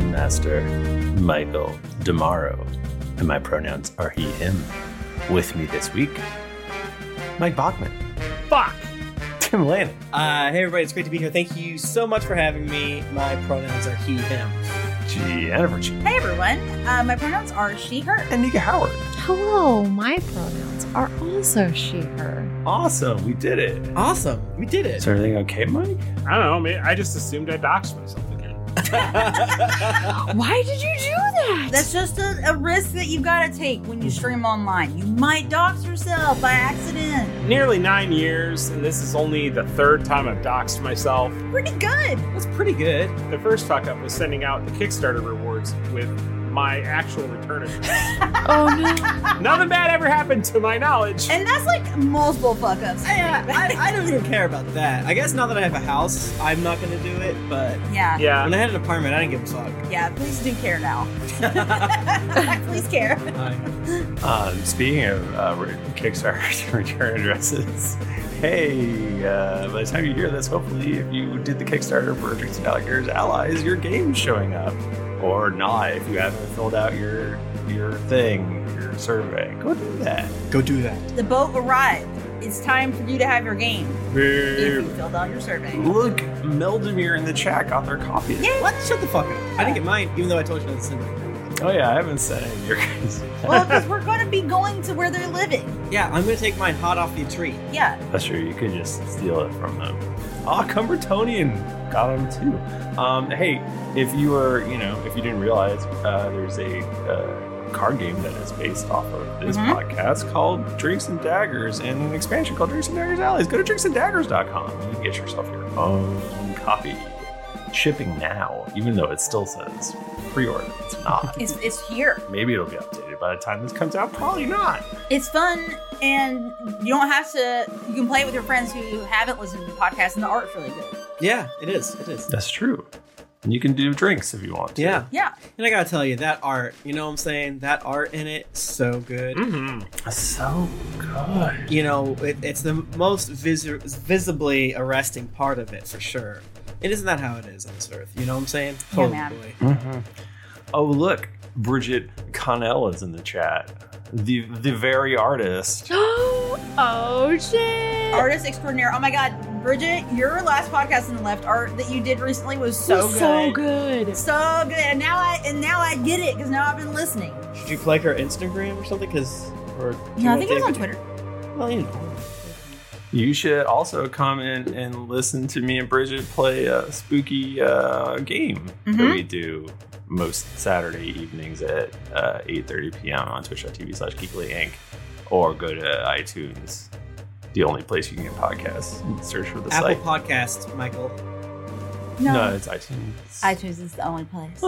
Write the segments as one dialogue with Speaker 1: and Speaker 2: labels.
Speaker 1: Mr. Michael Damaro, and my pronouns are he, him. With me this week, Mike Bachman,
Speaker 2: Fuck!
Speaker 1: Tim Lane.
Speaker 3: Uh, hey everybody, it's great to be here. Thank you so much for having me. My pronouns are he, him.
Speaker 1: Jennifer G.
Speaker 4: Hey everyone, uh, my pronouns are she, her.
Speaker 1: and Nika Howard.
Speaker 5: Hello, my pronouns are also she, her.
Speaker 1: Awesome, we did it.
Speaker 3: Awesome, we did it.
Speaker 1: Is everything okay, Mike?
Speaker 2: I don't know. man. I just assumed I doxed myself again.
Speaker 5: Why did you do that?
Speaker 4: That's just a, a risk that you've got to take when you stream online. You might dox yourself by accident.
Speaker 2: Nearly nine years, and this is only the third time I've doxed myself.
Speaker 4: Pretty good.
Speaker 3: That's pretty good.
Speaker 2: The first fuck up was sending out the Kickstarter rewards with my actual return address.
Speaker 5: oh no.
Speaker 2: Nothing bad ever happened to my knowledge.
Speaker 4: And that's like multiple fuck ups.
Speaker 5: uh,
Speaker 3: I, I, I don't even care about that. I guess now that I have a house, I'm not gonna do it, but
Speaker 4: Yeah,
Speaker 2: Yeah.
Speaker 3: when I had an apartment, I didn't give a fuck.
Speaker 4: yeah, please do care now. please care.
Speaker 1: Um, speaking of uh, re- Kickstarter return addresses, hey, uh, by the time you hear this, hopefully, if you did the Kickstarter for Dixie Alligators Allies, your game's showing up. Or not, if you haven't filled out your your thing, your survey, go do that.
Speaker 3: Go do that.
Speaker 4: The boat arrived. It's time for you to have your game if you filled out your survey.
Speaker 1: Look, Meldemir in the chat got their copy.
Speaker 4: Yay!
Speaker 3: What? Shut the fuck up. I didn't get mine, even though I told you not to send it.
Speaker 1: Oh yeah, I haven't said it. You're crazy.
Speaker 4: Well, because we're going to be going to where they're living.
Speaker 3: Yeah, I'm gonna take mine hot off the tree.
Speaker 4: Yeah.
Speaker 1: That's true. You could just steal it from them. Ah, Cumbertonian got him too. Um, hey, if you were, you know, if you didn't realize, uh, there's a uh, card game that is based off of this
Speaker 4: Mhm.
Speaker 1: podcast called Drinks and Daggers, and an expansion called Drinks and Daggers Alleys. Go to drinksandaggers.com. You can get yourself your own copy. Shipping now, even though it still says pre-order. It's not.
Speaker 4: It's, it's here.
Speaker 1: Maybe it'll be updated by the time this comes out. Probably not.
Speaker 4: It's fun, and you don't have to. You can play it with your friends who haven't listened to the podcast, and the art's really good.
Speaker 3: Yeah, it is. It is.
Speaker 1: That's true. And you can do drinks if you want to.
Speaker 3: Yeah.
Speaker 4: Yeah.
Speaker 3: And I gotta tell you, that art, you know what I'm saying? That art in it, so good.
Speaker 2: Mm-hmm.
Speaker 1: Mm. So good.
Speaker 3: you know, it, it's the most vis- visibly arresting part of it for sure. It isn't that how it is on this earth, you know what I'm saying?
Speaker 4: Yeah, man.
Speaker 3: boy.
Speaker 1: Oh, look, Bridget Connell is in the chat. The the very artist.
Speaker 5: oh shit.
Speaker 4: Artist extraordinaire. Oh my god, Bridget, your last podcast on the left art that you did recently was so good.
Speaker 5: So good.
Speaker 4: So good. And now I and now I get it because now I've been listening.
Speaker 3: Should you plug her Instagram or something? Because or do you
Speaker 4: No, I
Speaker 3: want
Speaker 4: think it was on
Speaker 3: David-
Speaker 4: Twitter.
Speaker 3: Well, you know.
Speaker 1: You should also comment and listen to me and Bridget play a spooky uh, game that
Speaker 3: Mm-hmm.
Speaker 4: Mhm.
Speaker 1: we do most Saturday evenings at uh, 8.30 p.m. on twitch.tv slash geekly inc. Or go to iTunes, the only place you can get podcasts. Search for the
Speaker 3: Apple
Speaker 1: site.
Speaker 3: Podcast, Michael.
Speaker 4: No.
Speaker 1: no, it's iTunes.
Speaker 4: iTunes is the only place.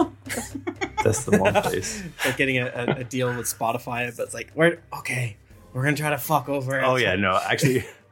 Speaker 1: That's the one place.
Speaker 3: Like getting a, a, a deal with Spotify, but it's like we're okay. We're gonna try to fuck over.
Speaker 1: Oh yeah, no, actually,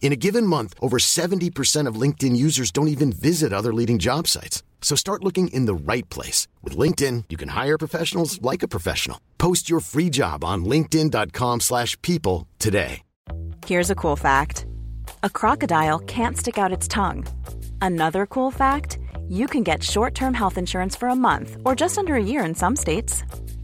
Speaker 6: In a given month, over 70% of LinkedIn users don't even visit other leading job sites. So start looking in the right place. With LinkedIn, you can hire professionals like a professional. Post your free job on linkedin.com/people slash people today.
Speaker 7: Here's a cool fact a crocodile can't stick out its tongue. Another cool fact you can get short term health insurance for a month or just under a year in some states.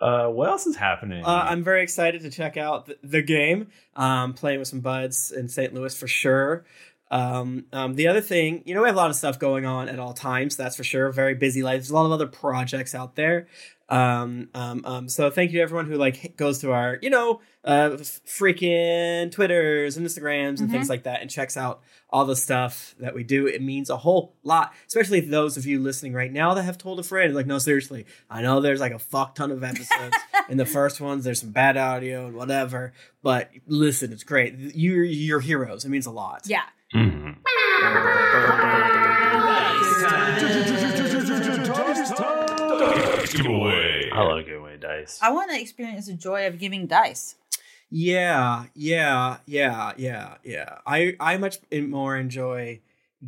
Speaker 1: Uh, what else is happening?
Speaker 3: Uh, I'm very excited to check out the, the game. Um, playing with some buds in St. Louis for sure. Um, um, the other thing, you know, we have a lot of stuff going on at all times. That's for sure. Very busy life. There's a lot of other projects out there. Um, um, um, so thank you to everyone who like goes through our, you know, uh, f- freaking Twitters and Instagrams and things like that and checks out all the stuff that we do. It means a whole lot, especially those of you listening right now that have told a friend, like, no, seriously, I know there's like a fuck ton of episodes in the first ones. There's some bad audio and whatever, but listen, it's great. You're, you're heroes. It means a lot.
Speaker 4: Yeah.
Speaker 1: Mhm. I love giving away dice.
Speaker 4: I want to experience the joy of giving dice.
Speaker 3: Yeah, yeah, yeah, yeah, yeah. I I much en- more enjoy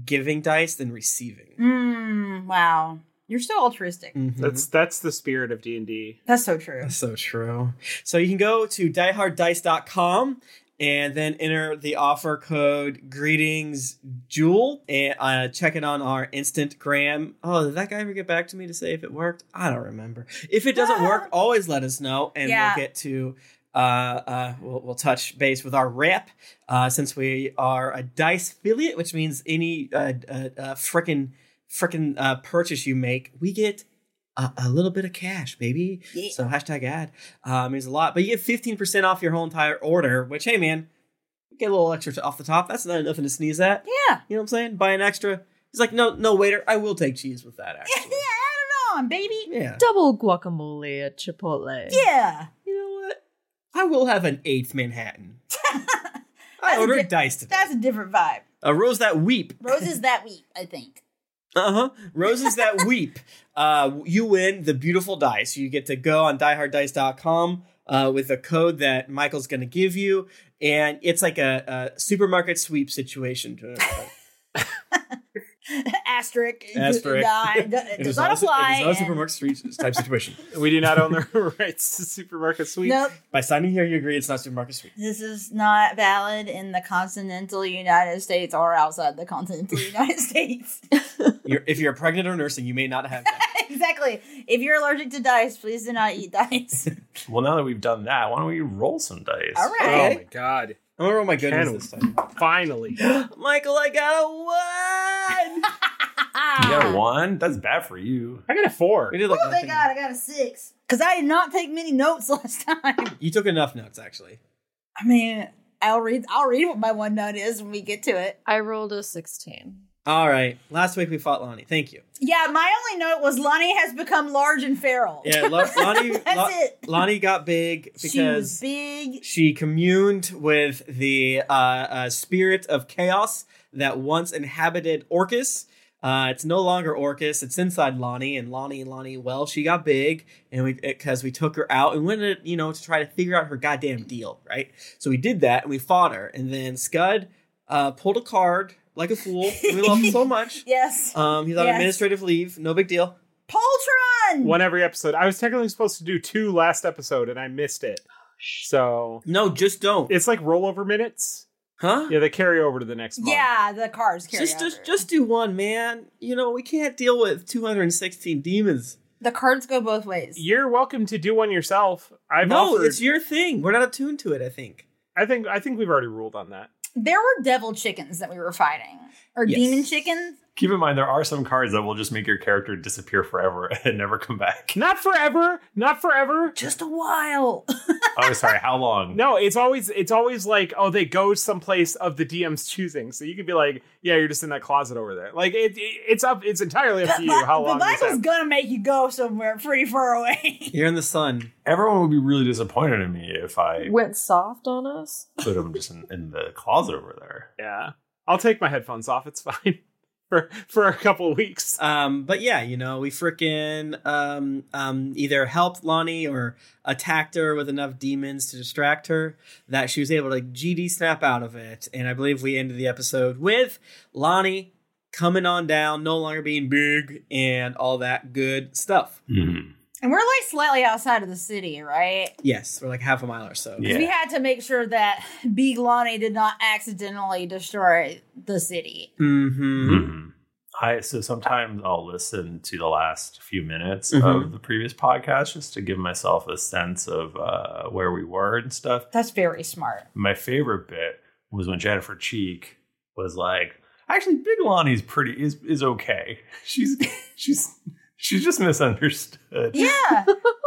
Speaker 3: giving dice than receiving.
Speaker 4: Mmm, wow. You're so altruistic.
Speaker 2: That's that's the spirit of D and D.
Speaker 4: That's so true.
Speaker 3: Mm-hmm. That's so true. So you can go to dieharddice.com and then enter the offer code greetings jewel and uh, check it on our instant gram. Oh, did that guy ever get back to me to say if it worked? I don't remember. If it doesn't work, always let us know and
Speaker 4: Yeah.
Speaker 3: we'll get to uh, uh, we'll, we'll touch base with our rep uh, since we are a dice affiliate, which means any uh, uh, uh, frickin' frickin' uh, purchase you make, we get a, a little bit of cash, baby.
Speaker 4: Yeah.
Speaker 3: So hashtag ad uh, means a lot, but you get fifteen percent off your whole entire order. Which hey man, get a little extra off the top. That's not nothing to sneeze at.
Speaker 4: Yeah.
Speaker 3: You know what I'm saying? Buy an extra. He's like, no, no waiter, I will take cheese with that.
Speaker 4: Yeah,
Speaker 3: Actually,
Speaker 4: right on, baby.
Speaker 3: yeah.
Speaker 5: Double guacamole at Chipotle.
Speaker 4: Yeah.
Speaker 3: You know what? I will have an eighth Manhattan. I
Speaker 4: That's a
Speaker 3: ordered
Speaker 4: di-
Speaker 3: dice today.
Speaker 4: That's a different vibe.
Speaker 3: A rose that weep.
Speaker 4: Roses that week, I think.
Speaker 3: Uh
Speaker 4: Uh-huh.
Speaker 3: huh. Roses that weep. Uh, you win the beautiful dice. You get to go on dieharddice.com uh, with the code that Michael's going to give you, and it's like a, a supermarket sweep situation. to it.
Speaker 4: Asterisk.
Speaker 3: Asterisk.
Speaker 4: Die. It does not
Speaker 3: a su-
Speaker 4: apply.
Speaker 3: It is not a
Speaker 4: and-
Speaker 3: supermarket sweep type situation.
Speaker 2: We do not own the rights to supermarket sweep.
Speaker 4: Nope.
Speaker 3: By signing here, you agree it's not supermarket sweep.
Speaker 4: This is not valid in the continental United States or outside the continental United States.
Speaker 3: You're, if you're pregnant or nursing, you may not have that.
Speaker 4: exactly. If you're allergic to dice, please do not eat dice.
Speaker 1: Well, now that we've done that, why don't we roll some dice?
Speaker 4: All right.
Speaker 2: Oh my god!
Speaker 3: I'm gonna roll my goodness
Speaker 2: Can-
Speaker 3: this time.
Speaker 2: Finally,
Speaker 3: Michael, I got a one.
Speaker 1: You got a one? That's bad for you.
Speaker 2: I got a four.
Speaker 3: We did like
Speaker 4: Ah. oh my
Speaker 3: nothing.
Speaker 4: god, I got a six. Because I did not take many notes last time.
Speaker 3: You took enough notes, actually.
Speaker 4: I mean, I'll read. I'll read what my one note is when we get to it.
Speaker 5: I rolled a 16.
Speaker 3: All right. Last week we fought Lonnie. Thank you.
Speaker 4: Yeah, my only note was Lonnie has become large and feral.
Speaker 3: Yeah, Lo- Lonnie.
Speaker 4: That's
Speaker 3: Lo-
Speaker 4: it.
Speaker 3: Lonnie got big
Speaker 4: she was
Speaker 3: because
Speaker 4: big.
Speaker 3: she communed with the uh, uh, spirit of chaos that once inhabited Orcus. Uh, it's no longer Orcus. It's inside Lonnie, and Lonnie, Lonnie. Well, she got big, and we because we took her out and went, to, you know, to try to figure out her goddamn deal, right? So we did that, and we fought her, and then Scud uh, pulled a card like a fool. We love him so much.
Speaker 4: Yes,
Speaker 3: Um, he's on
Speaker 4: Yes.
Speaker 3: administrative leave. No big deal.
Speaker 4: Poltron.
Speaker 2: One every episode. I was technically supposed to do two last episode, and I missed it.
Speaker 4: Oh,
Speaker 2: So
Speaker 3: No, just don't.
Speaker 2: it's like rollover minutes.
Speaker 3: huh?
Speaker 2: Yeah, they carry over to the next month.
Speaker 4: Yeah, the cars carry
Speaker 3: just, just
Speaker 4: over.
Speaker 3: just do one, man. You know, we can't deal with 216 demons.
Speaker 4: the cards go both ways.
Speaker 2: You're welcome to do one yourself. I've
Speaker 3: no,
Speaker 2: offered-
Speaker 3: it's your thing. We're not attuned to it, I think.
Speaker 2: I think I think we've already ruled on that.
Speaker 4: There were devil chickens that we were fighting, or
Speaker 3: Yes.
Speaker 4: demon chickens.
Speaker 1: Keep in mind, there are some cards that will just make your character disappear forever and never come back.
Speaker 2: Not forever. Not forever.
Speaker 4: Just a while.
Speaker 1: Oh, sorry. How long?
Speaker 2: No, it's always it's always like oh they go someplace of the DM's choosing. So you could be like yeah you're just in that closet over there. Like it, it- it's up it's entirely up to you how long.
Speaker 4: but
Speaker 2: this
Speaker 4: Michael's
Speaker 2: happens.
Speaker 4: gonna make you go somewhere pretty far away.
Speaker 3: You're in the sun.
Speaker 1: Everyone would be really disappointed in me if I
Speaker 5: Went soft on us.
Speaker 1: put him just in, in the closet over there.
Speaker 2: yeah. I'll take my headphones off. It's fine. for for a couple weeks.
Speaker 3: Um, but yeah, you know, we freaking um, um, either helped Lonnie or attacked her with enough demons to distract her that she was able to GD snap out of it. And I believe we ended the episode with Lonnie coming on down, no longer being big, and all that good stuff.
Speaker 4: And we're like slightly outside of the city, right?
Speaker 3: Yes, we're like half a mile or so.
Speaker 4: 'Cause We had to make sure that Big Lonnie did not accidentally destroy the city.
Speaker 3: Mm-hmm.
Speaker 1: I so sometimes I'll listen to the last few minutes
Speaker 3: Mhm.
Speaker 1: of the previous podcast just to give myself a sense of uh, where we were and stuff.
Speaker 4: That's very smart.
Speaker 1: My favorite bit was when Jennifer Cheek was like, "Actually, Big Lonnie's pretty is is okay. She's she's she's just misunderstood."
Speaker 4: Yeah.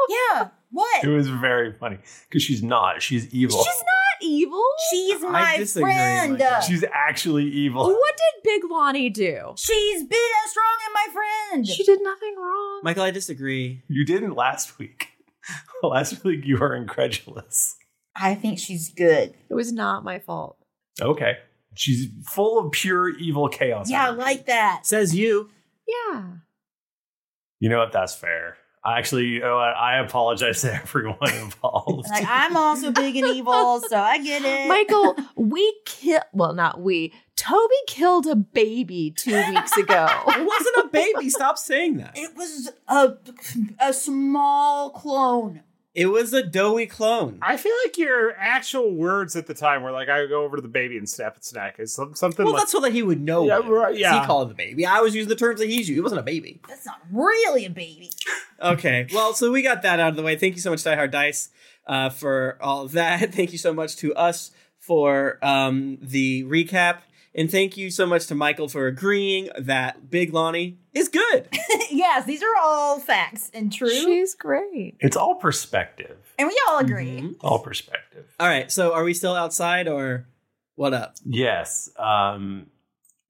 Speaker 4: yeah. What?
Speaker 1: It was very funny because she's not. She's evil.
Speaker 8: She's not evil.
Speaker 4: She's
Speaker 1: my disagree, friend. Micah. She's actually evil.
Speaker 8: What did Big Lonnie do?
Speaker 4: She's big and strong and my friend.
Speaker 8: She did nothing wrong.
Speaker 3: Michael, I disagree.
Speaker 1: You didn't last week. last week you were incredulous.
Speaker 4: I think she's good.
Speaker 8: It was not my fault.
Speaker 1: Okay. She's full of pure evil chaos.
Speaker 4: Yeah, I like that.
Speaker 3: Says you.
Speaker 8: Yeah.
Speaker 1: You know what? That's fair. I actually, you know what? I apologize to everyone involved.
Speaker 4: Like I'm also big and evil, so I get it.
Speaker 8: Michael, we killed, well, not we, Toby killed a baby two weeks ago.
Speaker 3: It wasn't a baby. Stop saying that.
Speaker 4: it was a a small clone.
Speaker 3: It was a doughy clone.
Speaker 2: I feel like your actual words at the time were like, "I go over to the baby and snap its neck." It's some, something
Speaker 3: Well,
Speaker 2: like
Speaker 3: that's so that he would know.
Speaker 2: Yeah,
Speaker 3: what it
Speaker 2: right,
Speaker 3: was.
Speaker 2: yeah.
Speaker 3: He called it a baby. I was using the terms that he's using. It wasn't a baby.
Speaker 4: That's not really a baby.
Speaker 3: Okay. Well, so we got that out of the way. Thank you so much, Die Hard Dice, uh, for all of that. Thank you so much to us for um, the recap. And thank you so much to Michael for agreeing that Big Lonnie is good.
Speaker 4: yes, these are all facts and true,
Speaker 8: She's great.
Speaker 1: it's all perspective.
Speaker 4: and we all agree.
Speaker 3: Uh,
Speaker 1: All perspective.
Speaker 3: All right. So are we still outside or what up?
Speaker 1: Yes. Um,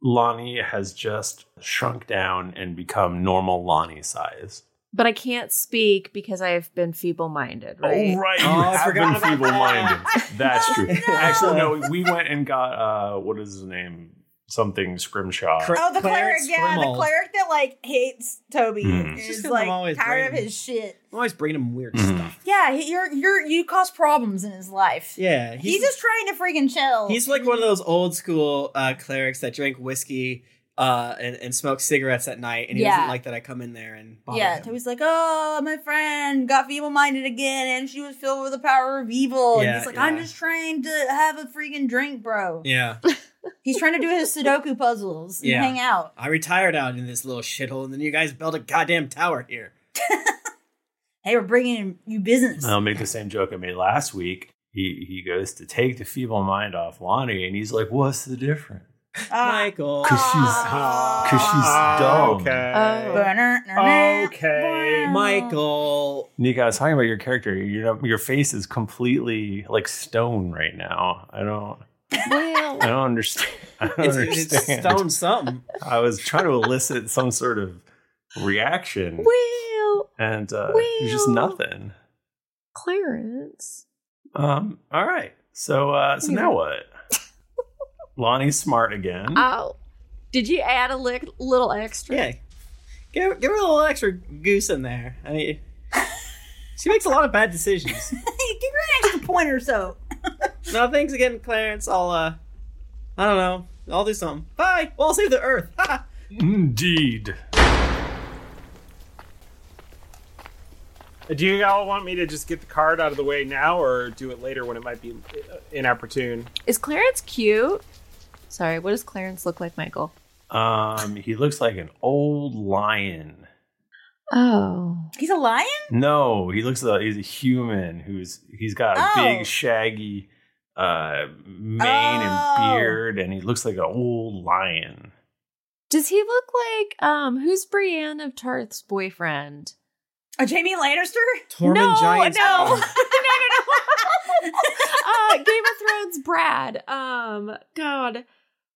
Speaker 1: Lonnie has just shrunk down and become normal Lonnie size.
Speaker 8: But I can't speak because I have been feeble minded, right?
Speaker 1: Oh, right. You
Speaker 3: Oh, I
Speaker 1: have
Speaker 3: forgot
Speaker 1: been
Speaker 3: about
Speaker 1: feeble minded. That's true.
Speaker 4: Oh, no.
Speaker 1: Actually, no, we went and got, uh, what is his name? Something Scrimshaw.
Speaker 3: Cr-
Speaker 4: Oh, the
Speaker 3: Clarence
Speaker 4: cleric, yeah,
Speaker 3: Grimald.
Speaker 4: the cleric that like hates Toby
Speaker 1: Hmm.
Speaker 3: Just
Speaker 4: is
Speaker 3: 'cause I'm
Speaker 4: like
Speaker 3: always
Speaker 4: tired of
Speaker 3: brave.
Speaker 4: his shit.
Speaker 3: I'm always bringing him weird
Speaker 1: Mhm.
Speaker 3: stuff.
Speaker 4: Yeah, he, you're you're you cause problems in his life.
Speaker 3: Yeah.
Speaker 4: he's, just trying to freaking chill.
Speaker 3: He's like one of those old school uh, clerics that drink whiskey uh, and, and smoke cigarettes at night, and he
Speaker 4: Yeah.
Speaker 3: doesn't like that I come in there and bother
Speaker 4: yeah,
Speaker 3: him.
Speaker 4: Toby's like, oh, my friend got feeble minded again, and she was filled with the power of evil. and
Speaker 3: Yeah,
Speaker 4: he's like, I'm
Speaker 3: yeah.
Speaker 4: just trying to have a freaking drink, bro.
Speaker 3: yeah.
Speaker 4: He's trying to do his Sudoku puzzles and
Speaker 3: Yeah.
Speaker 4: hang out.
Speaker 3: I retired out in this little shithole, and then you guys built a goddamn tower here.
Speaker 4: Hey, we're bringing in you business.
Speaker 3: Oh,
Speaker 1: I'll make the same joke I made last week. He he goes to take the feeble mind off Lonnie, and he's like, "What's the difference?"
Speaker 4: Ah.
Speaker 3: Michael.
Speaker 1: Cause
Speaker 4: Ah.
Speaker 1: she's cause she's
Speaker 3: Ah,
Speaker 1: dumb.
Speaker 2: Okay.
Speaker 4: Ba-na-na-na.
Speaker 2: Okay.
Speaker 3: Michael.
Speaker 1: Nika, I was talking about your character. Your your face is completely like stone right now. I don't I
Speaker 8: Well,
Speaker 1: don't understand. I don't
Speaker 3: It's, it's
Speaker 1: understand.
Speaker 3: stone something.
Speaker 1: I was trying to elicit some sort of reaction,
Speaker 8: well,
Speaker 1: and uh, there's just
Speaker 8: Will.
Speaker 1: nothing.
Speaker 8: Clarence.
Speaker 1: Um. All right. So uh. So now what? Lonnie's smart again.
Speaker 8: Oh, did you add a lick, little extra?
Speaker 3: Yeah. Give, give her a little extra goose in there. I mean, she makes a lot of bad decisions.
Speaker 4: Give her an extra point or so.
Speaker 3: no, thanks again, Clarence. I'll, uh, I don't know. I'll do something. Bye. Well, I'll save the earth. Ha!
Speaker 1: Indeed.
Speaker 2: Uh, Do you all want me to just get the card out of the way now, or do it later when it might be uh, inopportune?
Speaker 8: Is Clarence cute? Sorry, what does Clarence look like, Michael?
Speaker 1: Um, he looks like an old lion.
Speaker 8: Oh.
Speaker 4: He's a lion?
Speaker 1: No, he looks like he's a human who's he's got a
Speaker 4: Oh.
Speaker 1: big shaggy uh mane
Speaker 4: Oh.
Speaker 1: and beard and he looks like an old lion.
Speaker 8: Does he look like um who's Brienne of Tarth's boyfriend?
Speaker 4: A Jamie Lannister?
Speaker 3: Tormund
Speaker 8: no,
Speaker 3: Giants.
Speaker 8: no. no, no, no. uh, Game of Thrones Brad. Um, God,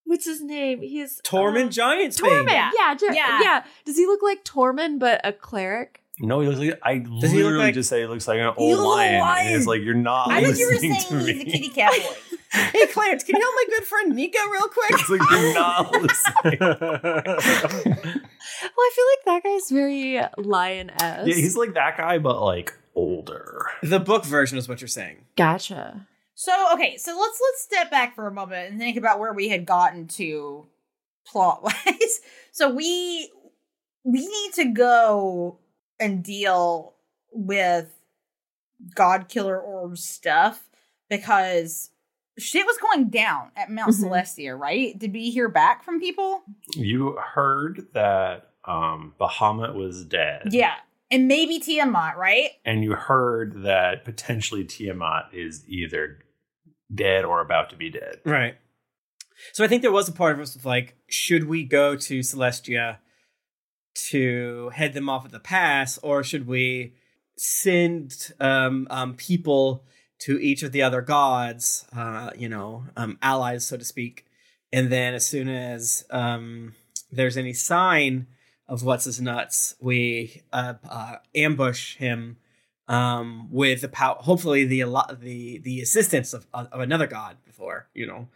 Speaker 8: what's his name? He's
Speaker 3: Tormund
Speaker 8: um,
Speaker 3: Giants.
Speaker 8: Tormund.
Speaker 3: Thing.
Speaker 8: Yeah. Yeah,
Speaker 4: Yeah.
Speaker 8: yeah. Does he look like Tormund but a cleric?
Speaker 1: No, he looks like I
Speaker 3: Does he look
Speaker 1: literally
Speaker 3: like-
Speaker 1: just said he looks like an
Speaker 3: You
Speaker 1: old
Speaker 3: little
Speaker 1: lion. And it's
Speaker 3: lion.
Speaker 1: like you're not
Speaker 4: I thought you were
Speaker 1: listening
Speaker 4: saying
Speaker 1: to me.
Speaker 4: he's a kitty cat boy.
Speaker 3: hey Clarence, can you help my good friend Nico real quick?
Speaker 1: it's like you're not listening.
Speaker 8: Well, I feel like that guy's very lion esque.
Speaker 1: yeah, he's like that guy, but like older.
Speaker 3: The book version is what you're saying.
Speaker 8: gotcha.
Speaker 4: So okay, so let's let's step back for a moment and think about where we had gotten to plot wise. so we we need to go and deal with God Killer Orb stuff because shit was going down at Mount
Speaker 8: Mhm.
Speaker 4: Celestia, right? Did we hear back from people?
Speaker 1: You heard that um Bahamut was dead.
Speaker 4: Yeah. And maybe Tiamat, right?
Speaker 1: And you heard that potentially Tiamat is either dead or about to be dead.
Speaker 3: Right. So I think there was a part of us with like, should we go to Celestia to head them off at the pass, or should we send um, um, people to each of the other gods, uh, you know, um, allies, so to speak, and then as soon as um, there's any sign of what's his nuts, we uh, uh, ambush him um, with the power, hopefully the al- the the assistance of of another god before you know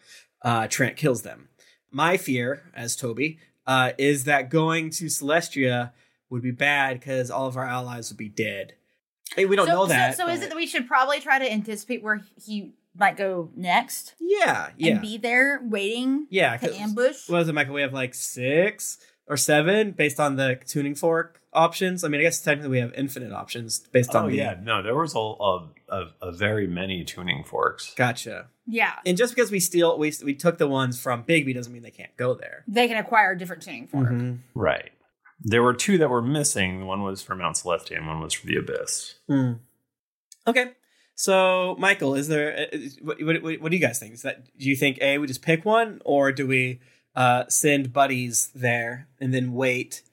Speaker 3: uh, Trent kills them. My fear, as Toby, uh, is that going to Celestia would be bad because all of our allies would be dead. Hey, we don't
Speaker 4: so,
Speaker 3: know
Speaker 4: so-
Speaker 3: that.
Speaker 4: So, is
Speaker 3: but-
Speaker 4: it that we should probably try to anticipate where he might go next?
Speaker 3: Yeah, yeah,
Speaker 4: And be there waiting
Speaker 3: yeah.
Speaker 4: to
Speaker 3: 'cause-
Speaker 4: ambush?
Speaker 3: What is it, Michael? We have like six or seven based on the tuning fork options. I mean, I guess technically we have infinite options based
Speaker 1: Oh
Speaker 3: on the.
Speaker 1: yeah, no, there was a, a, a, a very many tuning forks.
Speaker 3: Gotcha.
Speaker 4: Yeah.
Speaker 3: And just because we steal, we we took the ones from Bigby doesn't mean they can't go there.
Speaker 4: They can acquire a different tuning
Speaker 3: Mm-hmm.
Speaker 4: fork.
Speaker 1: Right. There were two that were missing. One was for Mount Celestia and one was for the Abyss.
Speaker 3: Hmm. Okay. So, Michael, is there? uh, is- What, what, what do you guys think? Is that do you think a we just pick one, or do we uh, send buddies there and then wait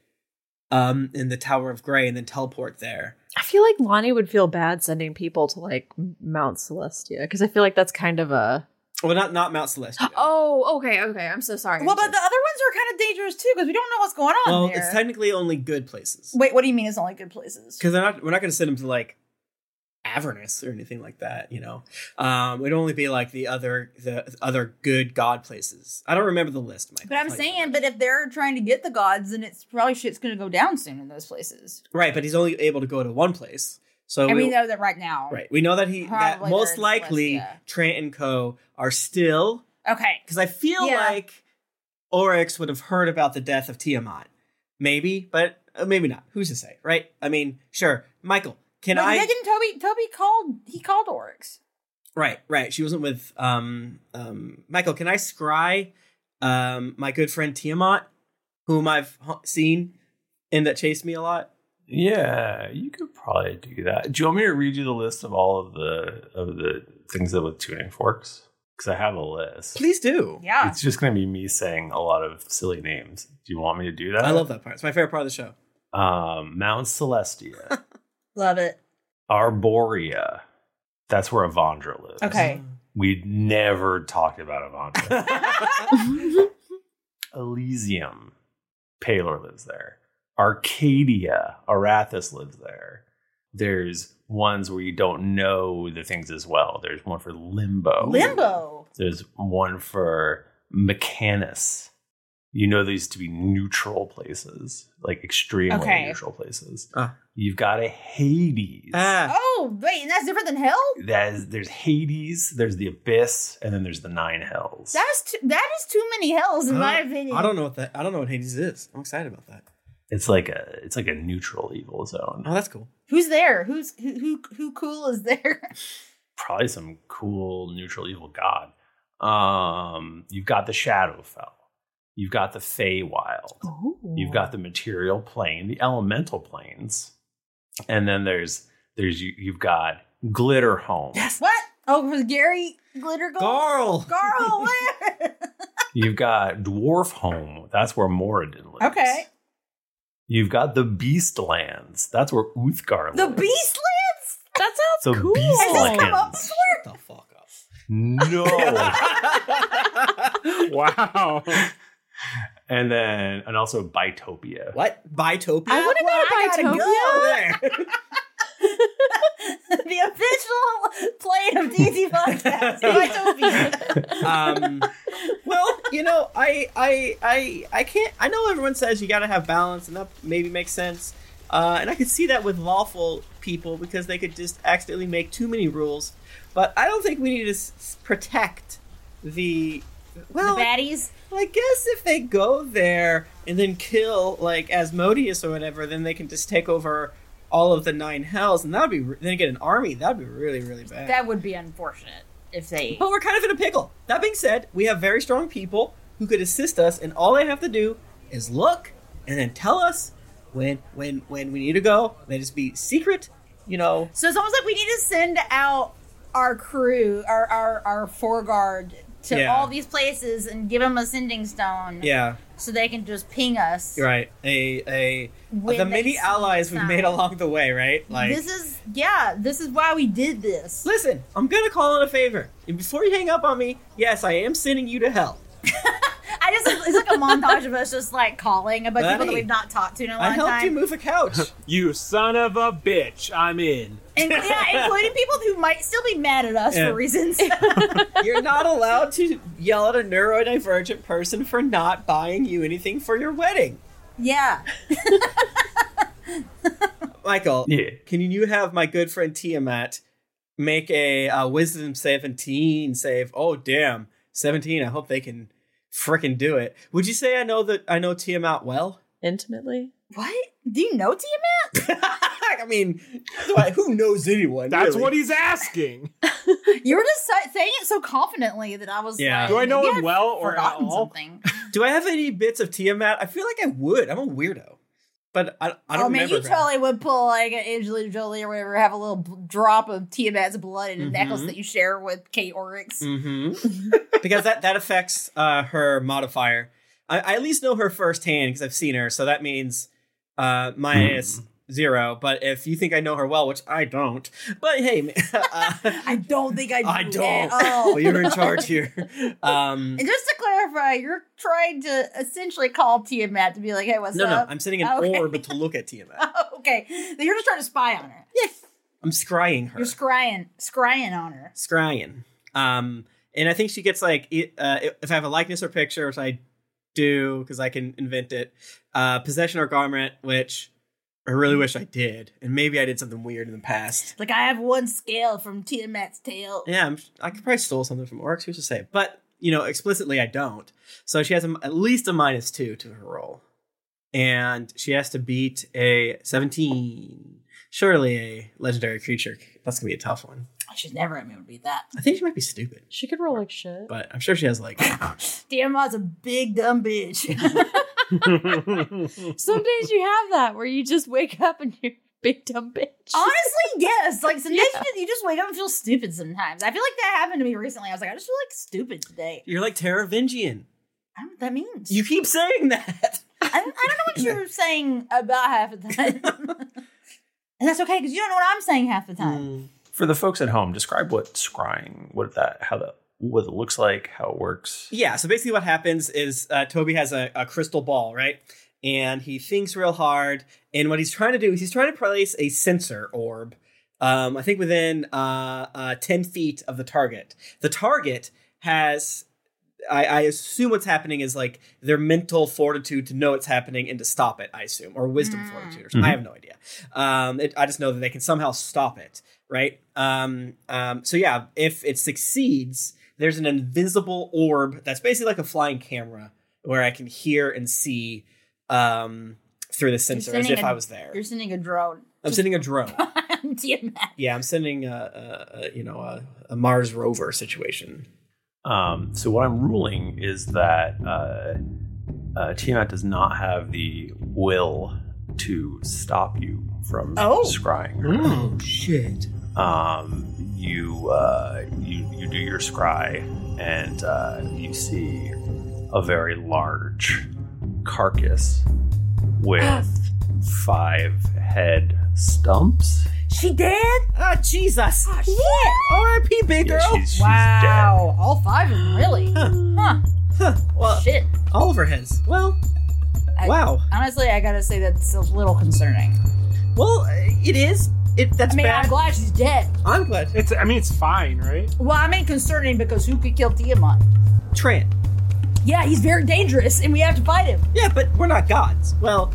Speaker 3: um, in the Tower of Gray and then teleport there?
Speaker 8: I feel like Lonnie would feel bad sending people to like Mount Celestia because I feel like that's kind of a.
Speaker 3: Well, not not Mount Celestia.
Speaker 8: Oh, okay, okay. I'm so sorry.
Speaker 4: Well, but the other ones are kind of dangerous too because we don't know what's going on
Speaker 3: well,
Speaker 4: there.
Speaker 3: it's technically only good places
Speaker 4: Wait, what do you mean it's only good places?
Speaker 3: because they're not. We're not going to send them to like Avernus or anything like that. You know, um, it'd only be like the other the other good god places. I don't remember the list, Michael.
Speaker 4: But I'm
Speaker 3: I'll tell you.
Speaker 4: saying, but if they're trying to get the gods, then it's probably shit's going to go down soon in those places.
Speaker 3: right, but he's only able to go to one place. So
Speaker 4: and we,
Speaker 3: we-
Speaker 4: know that right now.
Speaker 3: Right. We know that he that
Speaker 4: Probably
Speaker 3: most
Speaker 4: the
Speaker 3: likely
Speaker 4: Celestia.
Speaker 3: Trant and Co are still
Speaker 4: Okay.
Speaker 3: because I feel
Speaker 4: Yeah.
Speaker 3: like Oryx would have heard about the death of Tiamat. Maybe, but uh, maybe not. Who's to say, right? I mean, sure. Michael, can
Speaker 4: Wait,
Speaker 3: I?
Speaker 4: didn't Toby? Toby called. He called Oryx.
Speaker 3: Right, right. She wasn't with um um Michael. Can I scry um my good friend Tiamat, whom I've hu- seen and that chased me a lot?
Speaker 1: Yeah, you could probably do that. Do you want me to read you the list of all of the of the things that with tuning forks? Because I have a list.
Speaker 3: Please do.
Speaker 4: Yeah.
Speaker 1: It's just going to be me saying a lot of silly names. Do you want me to do that?
Speaker 3: I love that part. It's my favorite part of the show.
Speaker 1: Um, Mount Celestia,
Speaker 4: Love it.
Speaker 1: Arborea. That's where Avandra lives.
Speaker 3: Mm.
Speaker 4: Okay.
Speaker 1: We never talked about Avandra. Elysium. Palor lives there. Arcadia. Arathis lives there. There's ones where you don't know the things as well. There's one for Limbo.
Speaker 4: Limbo.
Speaker 1: There's one for Mechanus. You know these to be neutral places, like extremely
Speaker 4: Okay.
Speaker 1: neutral places.
Speaker 3: Ah.
Speaker 1: You've got a Hades.
Speaker 3: Ah.
Speaker 4: Oh, wait, and that's different than hell.
Speaker 1: That is, there's Hades, there's the Abyss, and then there's the Nine Hells.
Speaker 4: That's too, that is too many hells in
Speaker 3: Uh, I
Speaker 4: my
Speaker 3: don't-
Speaker 4: opinion.
Speaker 3: I don't know what that. I don't know what Hades is. I'm excited about that.
Speaker 1: it's like a it's like a neutral evil zone.
Speaker 3: Oh, that's cool.
Speaker 4: Who's there? Who's who? Who, who cool is there?
Speaker 1: probably some cool neutral evil god. Um, you've got the Shadowfell. You've got the Feywild. You've got the material plane, the elemental planes, and then there's there's you, you've got Glitterhome. Yes.
Speaker 4: What? Oh, for Gary Glitter Gold?
Speaker 3: Garl.
Speaker 4: Garl, where?
Speaker 1: You've got Dwarf Home. That's where Moradin lives.
Speaker 4: Okay.
Speaker 1: You've got the Beast Lands. That's where Uthgar lives.
Speaker 4: the Beastlands?
Speaker 8: that
Speaker 1: The
Speaker 8: sounds cool.
Speaker 4: Has this come up
Speaker 1: Beastlands.
Speaker 4: before?
Speaker 3: Shut the fuck up.
Speaker 1: No.
Speaker 2: wow.
Speaker 1: and then and also Bitopia.
Speaker 3: What Bitopia?
Speaker 8: I want to go to Bitopia.
Speaker 4: the official plane of DZ podcast.
Speaker 3: um, well, you know, I, I, I, I can't. I know everyone says you got to have balance, and that maybe makes sense. Uh, and I could see that with lawful people because they could just accidentally make too many rules. But I don't think we need to s- s- protect the well
Speaker 4: the baddies.
Speaker 3: Well, I guess if they go there and then kill like Asmodeus or whatever, then they can just take over all of the nine hells, and that'd be re- then get an army. That'd be really really bad.
Speaker 4: That would be unfortunate if they.
Speaker 3: But we're kind of in a pickle. That being said, we have very strong people who could assist us, and all they have to do is look and then tell us when when when we need to go. They just be secret, you know.
Speaker 4: So it's almost like we need to send out our crew, our our our foreguard to
Speaker 3: Yeah.
Speaker 4: all these places and give them a sending stone.
Speaker 3: Yeah,
Speaker 4: So they can just ping us.
Speaker 3: you're right. A a
Speaker 4: When
Speaker 3: the
Speaker 4: they
Speaker 3: many
Speaker 4: see
Speaker 3: allies we've made
Speaker 4: signs.
Speaker 3: along the way, right? Like
Speaker 4: this is yeah. This is why we did this.
Speaker 3: Listen, I'm gonna call in a favor, and before you hang up on me, yes, I am sending you to hell.
Speaker 4: I just it's like a montage of us just like calling a bunch of people that
Speaker 2: Buddy,
Speaker 4: we've not talked to in a long
Speaker 2: I helped
Speaker 4: time.
Speaker 2: you
Speaker 3: move a couch.
Speaker 2: you son of a bitch! I'm in.
Speaker 4: In- yeah, including people who might still be mad at us
Speaker 2: Yeah.
Speaker 4: for reasons.
Speaker 3: You're not allowed to yell at a neurodivergent person for not buying you anything for your wedding.
Speaker 4: yeah.
Speaker 3: Michael, can you have my good friend Tiamat make a uh, wisdom seventeen save? Oh damn, seventeen! I hope they can frickin' do it. Would you say I know that I know Tiamat well?
Speaker 9: Intimately.
Speaker 4: What? Do you know Tiamat?
Speaker 3: I mean, why- who knows anyone?
Speaker 2: That's
Speaker 3: really?
Speaker 2: what he's asking.
Speaker 4: You were just sa- saying it so confidently that I was
Speaker 3: Yeah.
Speaker 4: like,
Speaker 3: Do I know
Speaker 4: maybe
Speaker 3: him
Speaker 4: I've
Speaker 3: well or at
Speaker 4: forgotten
Speaker 3: all?
Speaker 4: Something.
Speaker 3: Do I have any bits of Tiamat? I feel like I would. I'm a weirdo, but I, I don't
Speaker 4: oh man,
Speaker 3: remember.
Speaker 4: you
Speaker 3: that.
Speaker 4: totally would pull like an Angelina Jolie or whatever, have a little b- drop of Tiamat's blood in a necklace
Speaker 3: Mhm.
Speaker 4: that you share with Kate Oryx.
Speaker 3: Mhm. because that that affects uh, her modifier. I, I at least know her firsthand because I've seen her, so that means uh, minus zero. But if you think I know her well, which I don't, but hey, man,
Speaker 4: I don't think I. Do
Speaker 3: I
Speaker 4: at
Speaker 3: don't.
Speaker 4: all.
Speaker 3: well, you're in charge here. Um,
Speaker 4: And just to clarify, you're trying to essentially call Tiamat to be like, "Hey, what's
Speaker 3: no, no,
Speaker 4: up?"
Speaker 3: I'm sending an
Speaker 4: okay.
Speaker 3: orb to look at Tiamat.
Speaker 4: okay, Then you're just trying to spy on her. Yes,
Speaker 3: I'm scrying her.
Speaker 4: you're scrying, scrying on her.
Speaker 3: scrying. Um, and I think she gets like i- uh, if I have a likeness or picture, which I do because I can invent it. Uh, possession or garment, which I really wish I did, and maybe I did something weird in the past.
Speaker 4: Like I have one scale from Tiamat's tail.
Speaker 3: Yeah, I'm, I could probably stole something from orcs. Who's to say? But you know, explicitly I don't. So she has a, at least a minus two to her roll, and she has to beat a seventeen. Surely a legendary creature. That's gonna be a tough one.
Speaker 4: She's never gonna be able to beat that.
Speaker 3: I think she might be stupid,
Speaker 9: She could roll like shit.
Speaker 3: but I'm sure she has like
Speaker 4: Tiamat's a big dumb bitch.
Speaker 9: Some days you have that where you just wake up and you're big dumb bitch.
Speaker 4: Honestly, yes. Like sometimes
Speaker 9: Yeah.
Speaker 4: you, just, you just wake up and feel stupid. Sometimes I feel like that happened to me recently. I was like, I just feel like stupid today.
Speaker 3: You're like Teravingian.
Speaker 4: I don't know what that means.
Speaker 3: You keep saying that.
Speaker 4: I, I don't know what you're saying about half the time, and that's okay because you don't know what I'm saying half the time.
Speaker 3: Mm,
Speaker 1: For the folks at home, describe what scrying, what that, how that, what it looks like, how it works.
Speaker 3: Yeah, so basically what happens is uh, Toby has a, a crystal ball, right? And he thinks real hard. And what he's trying to do is he's trying to place a sensor orb, um, I think within uh, uh, 10 feet of the target. The target has, I, I assume what's happening is like their mental fortitude to know it's happening and to stop it, I assume, or wisdom
Speaker 4: Mm.
Speaker 3: fortitude or something. I have no idea. Um, it, I just know that they can somehow stop it, right? Um, um, so yeah, if it succeeds, there's an invisible orb that's basically like a flying camera where I can hear and see um, through the
Speaker 4: You're
Speaker 3: sensor as
Speaker 4: sending
Speaker 3: if
Speaker 4: a-
Speaker 3: I was there.
Speaker 4: You're sending a drone.
Speaker 3: I'm sending a drone.
Speaker 4: Tiamat.
Speaker 3: yeah, I'm sending a, a, a you know a, a Mars rover situation.
Speaker 1: Um, so what I'm ruling is that uh, uh, Tiamat does not have the will to stop you from
Speaker 3: Oh.
Speaker 1: scrying.
Speaker 3: Oh shit!
Speaker 1: Um, you uh, you you do your scry, and uh, you see a very large carcass with five head stumps.
Speaker 4: She dead?
Speaker 3: Oh Jesus!
Speaker 9: Ah,
Speaker 3: Oh,
Speaker 4: shit!
Speaker 3: R.I.P. Big
Speaker 1: Yeah,
Speaker 3: girl.
Speaker 1: she's- she's
Speaker 4: wow, all five of them really? Huh?
Speaker 3: Well,
Speaker 4: Shit.
Speaker 3: Oliver has. Well,
Speaker 4: I-
Speaker 3: wow.
Speaker 4: Honestly, I gotta say that's a little concerning.
Speaker 3: Well, uh, it is. It that's
Speaker 4: I mean,
Speaker 3: bad.
Speaker 4: I'm glad she's dead.
Speaker 3: I'm glad.
Speaker 10: It's. I mean, it's fine, right?
Speaker 4: Well, I mean concerning because who could kill Tiamat?
Speaker 3: Trant.
Speaker 4: Yeah, he's very dangerous, and we have to fight him.
Speaker 3: Yeah, but we're not gods. Well,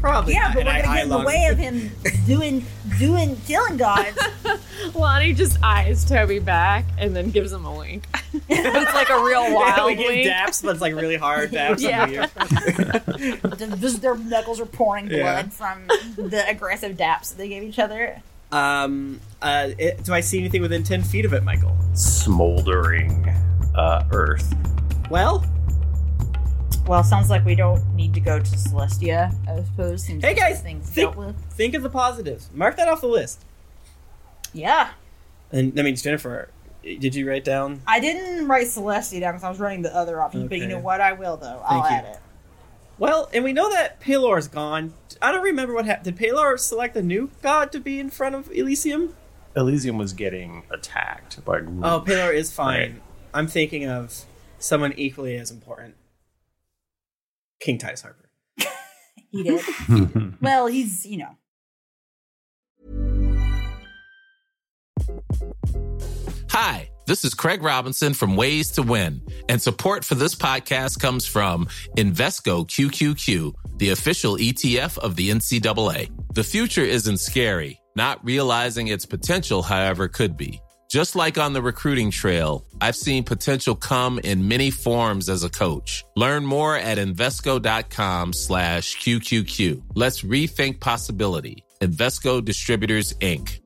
Speaker 3: probably.
Speaker 4: Yeah,
Speaker 3: not,
Speaker 4: but
Speaker 3: and
Speaker 4: we're
Speaker 3: I-
Speaker 4: gonna
Speaker 3: I
Speaker 4: get in the
Speaker 3: love-
Speaker 4: way of him doing, doing, killing gods.
Speaker 9: Lonnie just eyes Toby back and then gives him a wink. it's like a real
Speaker 3: Yeah,
Speaker 9: wild
Speaker 3: we give
Speaker 9: wink.
Speaker 3: daps, but it's like really hard daps.
Speaker 9: Yeah.
Speaker 3: under you.
Speaker 4: Th- this- their knuckles are pouring blood
Speaker 3: Yeah.
Speaker 4: from the aggressive daps they gave each other.
Speaker 3: Um. Uh. It, do I see anything within ten feet of it, Michael?
Speaker 1: Smoldering uh, earth.
Speaker 3: Well,
Speaker 4: well, sounds like we don't need to go to Celestia. I suppose. Seems
Speaker 3: Hey
Speaker 4: like
Speaker 3: guys,
Speaker 4: things
Speaker 3: think
Speaker 4: dealt with.
Speaker 3: think of the positives. Mark that off the list.
Speaker 4: Yeah,
Speaker 3: And that means Jennifer. Did you write down?
Speaker 4: I didn't write Celestia down because I was running the other options. But you
Speaker 3: Okay.
Speaker 4: know what? I will though. I'll
Speaker 3: Thank you.
Speaker 4: add it.
Speaker 3: Well, and we know that Pelor's gone. I don't remember what happened. Did Pelor select a new god to be in front of Elysium?
Speaker 1: Elysium was getting attacked by. Groosh.
Speaker 3: Oh, Pelor is fine.
Speaker 1: Right.
Speaker 3: I'm thinking of someone equally as important. King Titus Harper.
Speaker 4: He did. well, he's you know.
Speaker 11: Hi, this is Craig Robinson from Ways to Win, and support for this podcast comes from Invesco QQQ, the official ETF of the NCAA. The future isn't scary, not realizing its potential, however, could be. Just like on the recruiting trail, I've seen potential come in many forms as a coach. Learn more at Invesco.com slash QQQ. Let's rethink possibility. Invesco Distributors, Inc.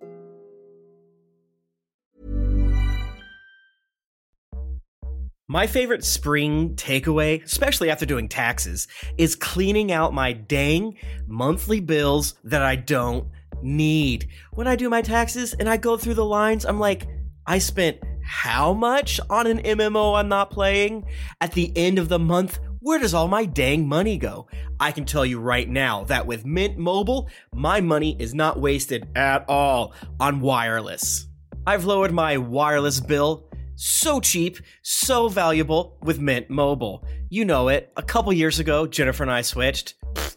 Speaker 3: My favorite spring takeaway, especially after doing taxes, is cleaning out my dang monthly bills that I don't need. When I do my taxes and I go through the lines, I'm like, I spent how much on an MMO I'm not playing? At the end of the month, where does all my dang money go? I can tell you right now that with Mint Mobile, my money is not wasted at all on wireless. I've lowered my wireless bill so cheap, so valuable with Mint Mobile. You know it. A couple years ago, Jennifer and I switched. Pfft,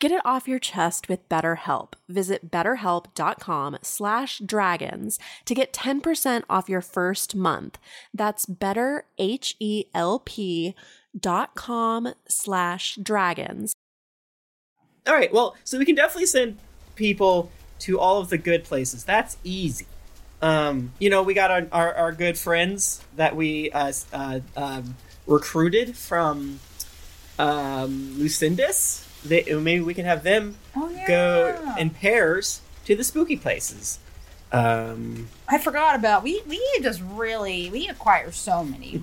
Speaker 12: Get it off your chest with BetterHelp. Visit betterhelp.com slash dragons to get 10% off your first month. That's betterhelp.com slash dragons.
Speaker 3: All right, well, so we can definitely send people to all of the good places. That's easy. Um, you know, we got our, our, our good friends that we uh, s- uh, um, recruited from um, Lucindus. They, maybe we can have them go in pairs to the spooky places. Um,
Speaker 4: I forgot about we we need to just really we acquire so many.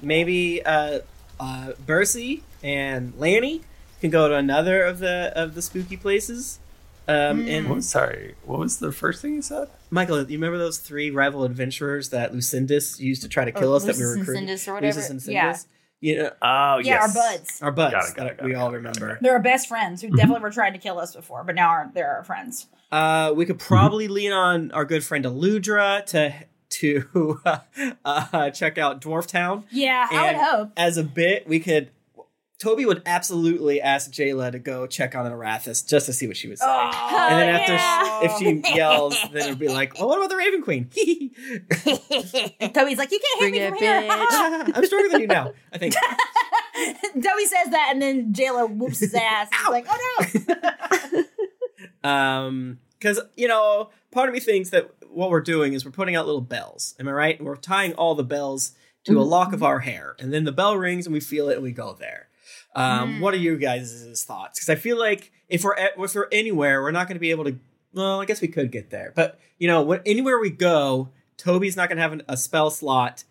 Speaker 3: maybe uh, uh, Bercy and Lanny can go to another of the of the spooky places. Um,
Speaker 4: Hmm.
Speaker 1: What
Speaker 3: And
Speaker 1: was- sorry, what was the first thing you said?
Speaker 3: Michael, you remember those three rival adventurers that Lucindus used to try to kill
Speaker 4: Or
Speaker 3: us that we
Speaker 4: Lucis Oh, and
Speaker 3: recruited?
Speaker 4: Cindus or whatever.
Speaker 3: Lucis and
Speaker 4: Yeah.
Speaker 3: Cindus? You know,
Speaker 1: oh
Speaker 4: Yeah, our yes. buds.
Speaker 3: Our buds
Speaker 4: Got it, got
Speaker 3: that we all remember.
Speaker 4: They're our best friends who
Speaker 3: Mhm.
Speaker 4: definitely were trying to kill us before, but now are they're our friends.
Speaker 3: Uh, we could probably lean on our good friend Aludra to to uh, uh, check out Dwarf Town.
Speaker 4: Yeah, I would
Speaker 3: And
Speaker 4: hope.
Speaker 3: As a bit, we could. Toby would absolutely ask Jayla to go check on an Arathis just to see what she would say.
Speaker 4: Oh,
Speaker 3: and then after,
Speaker 4: yeah.
Speaker 3: if she yells, then it'd be like, "Well, what about the Raven Queen?
Speaker 4: And Toby's like, you can't hit
Speaker 3: Bring
Speaker 4: me
Speaker 3: it,
Speaker 4: from here.
Speaker 3: bitch. I'm stronger than you now." I think.
Speaker 4: Toby says that, and then Jayla whoops his ass. He's like, oh no.
Speaker 3: Um, because you know, part of me thinks that what we're doing is we're putting out little bells. Am I right? We're tying all the bells to a lock of our hair, and then the bell rings, and we feel it, and we go there. Um, What are you guys' thoughts? Because I feel like if we're at, if we're anywhere, we're not going to be able to. Well, I guess we could get there, but you know, when, anywhere we go, Toby's not going to have an, a spell slot.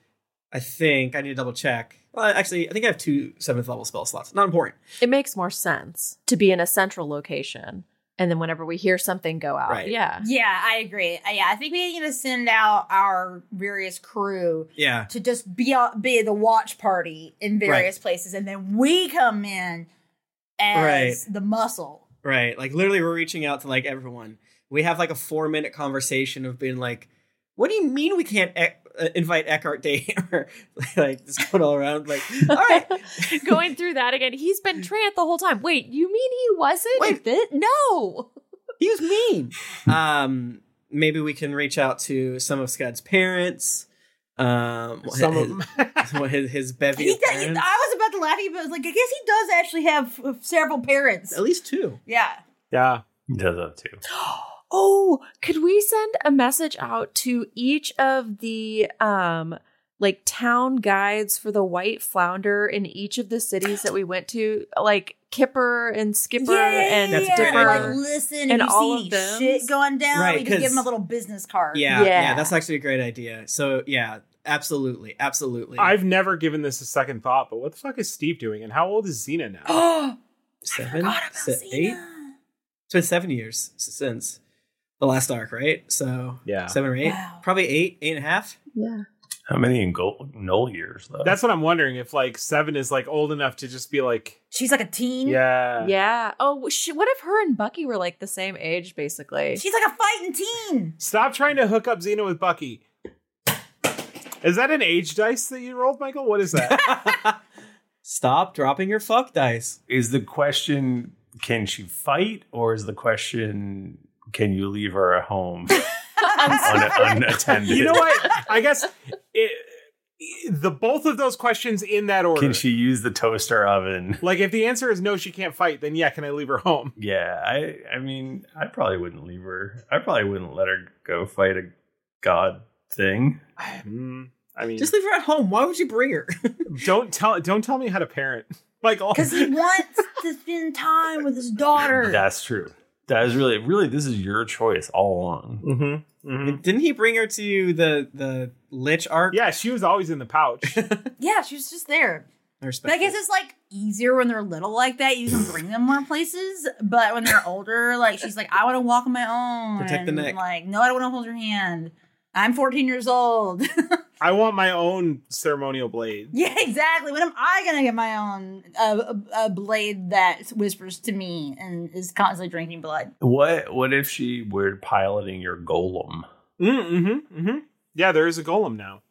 Speaker 3: I think I need to double check. Well, actually, I think I have two seventh level spell slots. Not important.
Speaker 9: It makes more sense to be in a central location, and then whenever we hear something go out,
Speaker 3: Right.
Speaker 9: yeah,
Speaker 4: Yeah, I agree. Uh, Yeah, I think we need to send out our various crew
Speaker 3: Yeah.
Speaker 4: to just be out, be the watch party in various places, and then we come in as
Speaker 3: Right.
Speaker 4: the muscle.
Speaker 3: Right. Like literally we're reaching out to like everyone. We have like a 4 minute conversation of being like, "What do you mean we can't ec- uh, invite Eckhart Day?" or like just going all around like,
Speaker 9: going through that again. He's been Trant the whole time. Wait, you mean he wasn't? Thi- no.
Speaker 3: "He was mean." Um maybe we can reach out to some of Scud's parents. Um
Speaker 2: Some of
Speaker 3: his, what his, his bevy
Speaker 4: He
Speaker 3: of
Speaker 4: does, I
Speaker 3: parents.
Speaker 4: was about to laugh, at you, but I was like, I guess he does actually have uh, several parents.
Speaker 3: At least two.
Speaker 4: Yeah.
Speaker 1: Yeah, he does have two.
Speaker 9: Oh, could we send a message out to each of the um like town guides for the white flounder in each of the cities that we went to, like Kipper and Skipper and
Speaker 4: yeah,
Speaker 9: Dipper,
Speaker 4: like listen,
Speaker 9: and
Speaker 4: if you
Speaker 9: all
Speaker 4: see
Speaker 9: of
Speaker 4: any
Speaker 9: them.
Speaker 4: shit going down,
Speaker 3: Right,
Speaker 4: we can give
Speaker 3: 'cause-
Speaker 4: him a little business card.
Speaker 3: yeah, yeah. that's actually a great idea. So, yeah, absolutely. Absolutely.
Speaker 2: I've never given this a second thought, but what the fuck is Steve doing? And how old is Xena now?
Speaker 4: Oh,
Speaker 3: seven, se- eight. It's been seven years s- since the last arc, right? So
Speaker 1: Yeah.
Speaker 3: seven or eight, probably eight, eight and a half.
Speaker 9: Yeah,
Speaker 1: How many in gold null years though?
Speaker 2: That's what I'm wondering if like seven is like old enough to just be like
Speaker 4: she's like a teen.
Speaker 2: Yeah,
Speaker 9: Yeah. Oh, sh what if her and Bucky were like the same age, basically?
Speaker 4: She's like a fighting teen.
Speaker 2: Stop trying to hook up Xena with Bucky. Is that an age dice that you rolled, Michael? What is that?
Speaker 3: Stop dropping your fuck dice.
Speaker 1: Is the question can she fight, or is the question can you leave her at home un- unattended?
Speaker 2: You know what? I guess it, the both of those questions in that order.
Speaker 1: Can she use the toaster oven?
Speaker 2: Like if the answer is no, she can't fight. Then yeah, can I leave her home?
Speaker 1: Yeah, I I mean, I probably wouldn't leave her. I probably wouldn't let her go fight a god thing.
Speaker 2: Hmm, I mean,
Speaker 3: Just leave her at home. Why would you bring her?
Speaker 2: don't tell don't tell me how to parent. Like all
Speaker 4: Because he wants to spend time with his daughter.
Speaker 1: That's true. That is really really this is your choice all along.
Speaker 2: Mm-hmm.
Speaker 3: Didn't he bring her to the the lich arc?
Speaker 2: Yeah, she was always in the pouch.
Speaker 4: Yeah, she was just there.
Speaker 3: I
Speaker 4: But I guess it's like easier when they're little like that. You can bring them more places. But when they're older, like she's like, I want to walk on my own.
Speaker 2: Protect the
Speaker 4: and,
Speaker 2: neck.
Speaker 4: Like, no, I don't want to hold your hand. I'm 14 years old.
Speaker 2: I want my own ceremonial blade.
Speaker 4: yeah, exactly. When am I gonna get my own uh, a, a blade that whispers to me and is constantly drinking blood?
Speaker 1: What what if she were piloting your golem?
Speaker 2: Mm-hmm. Mm-hmm. Yeah, there is a golem now.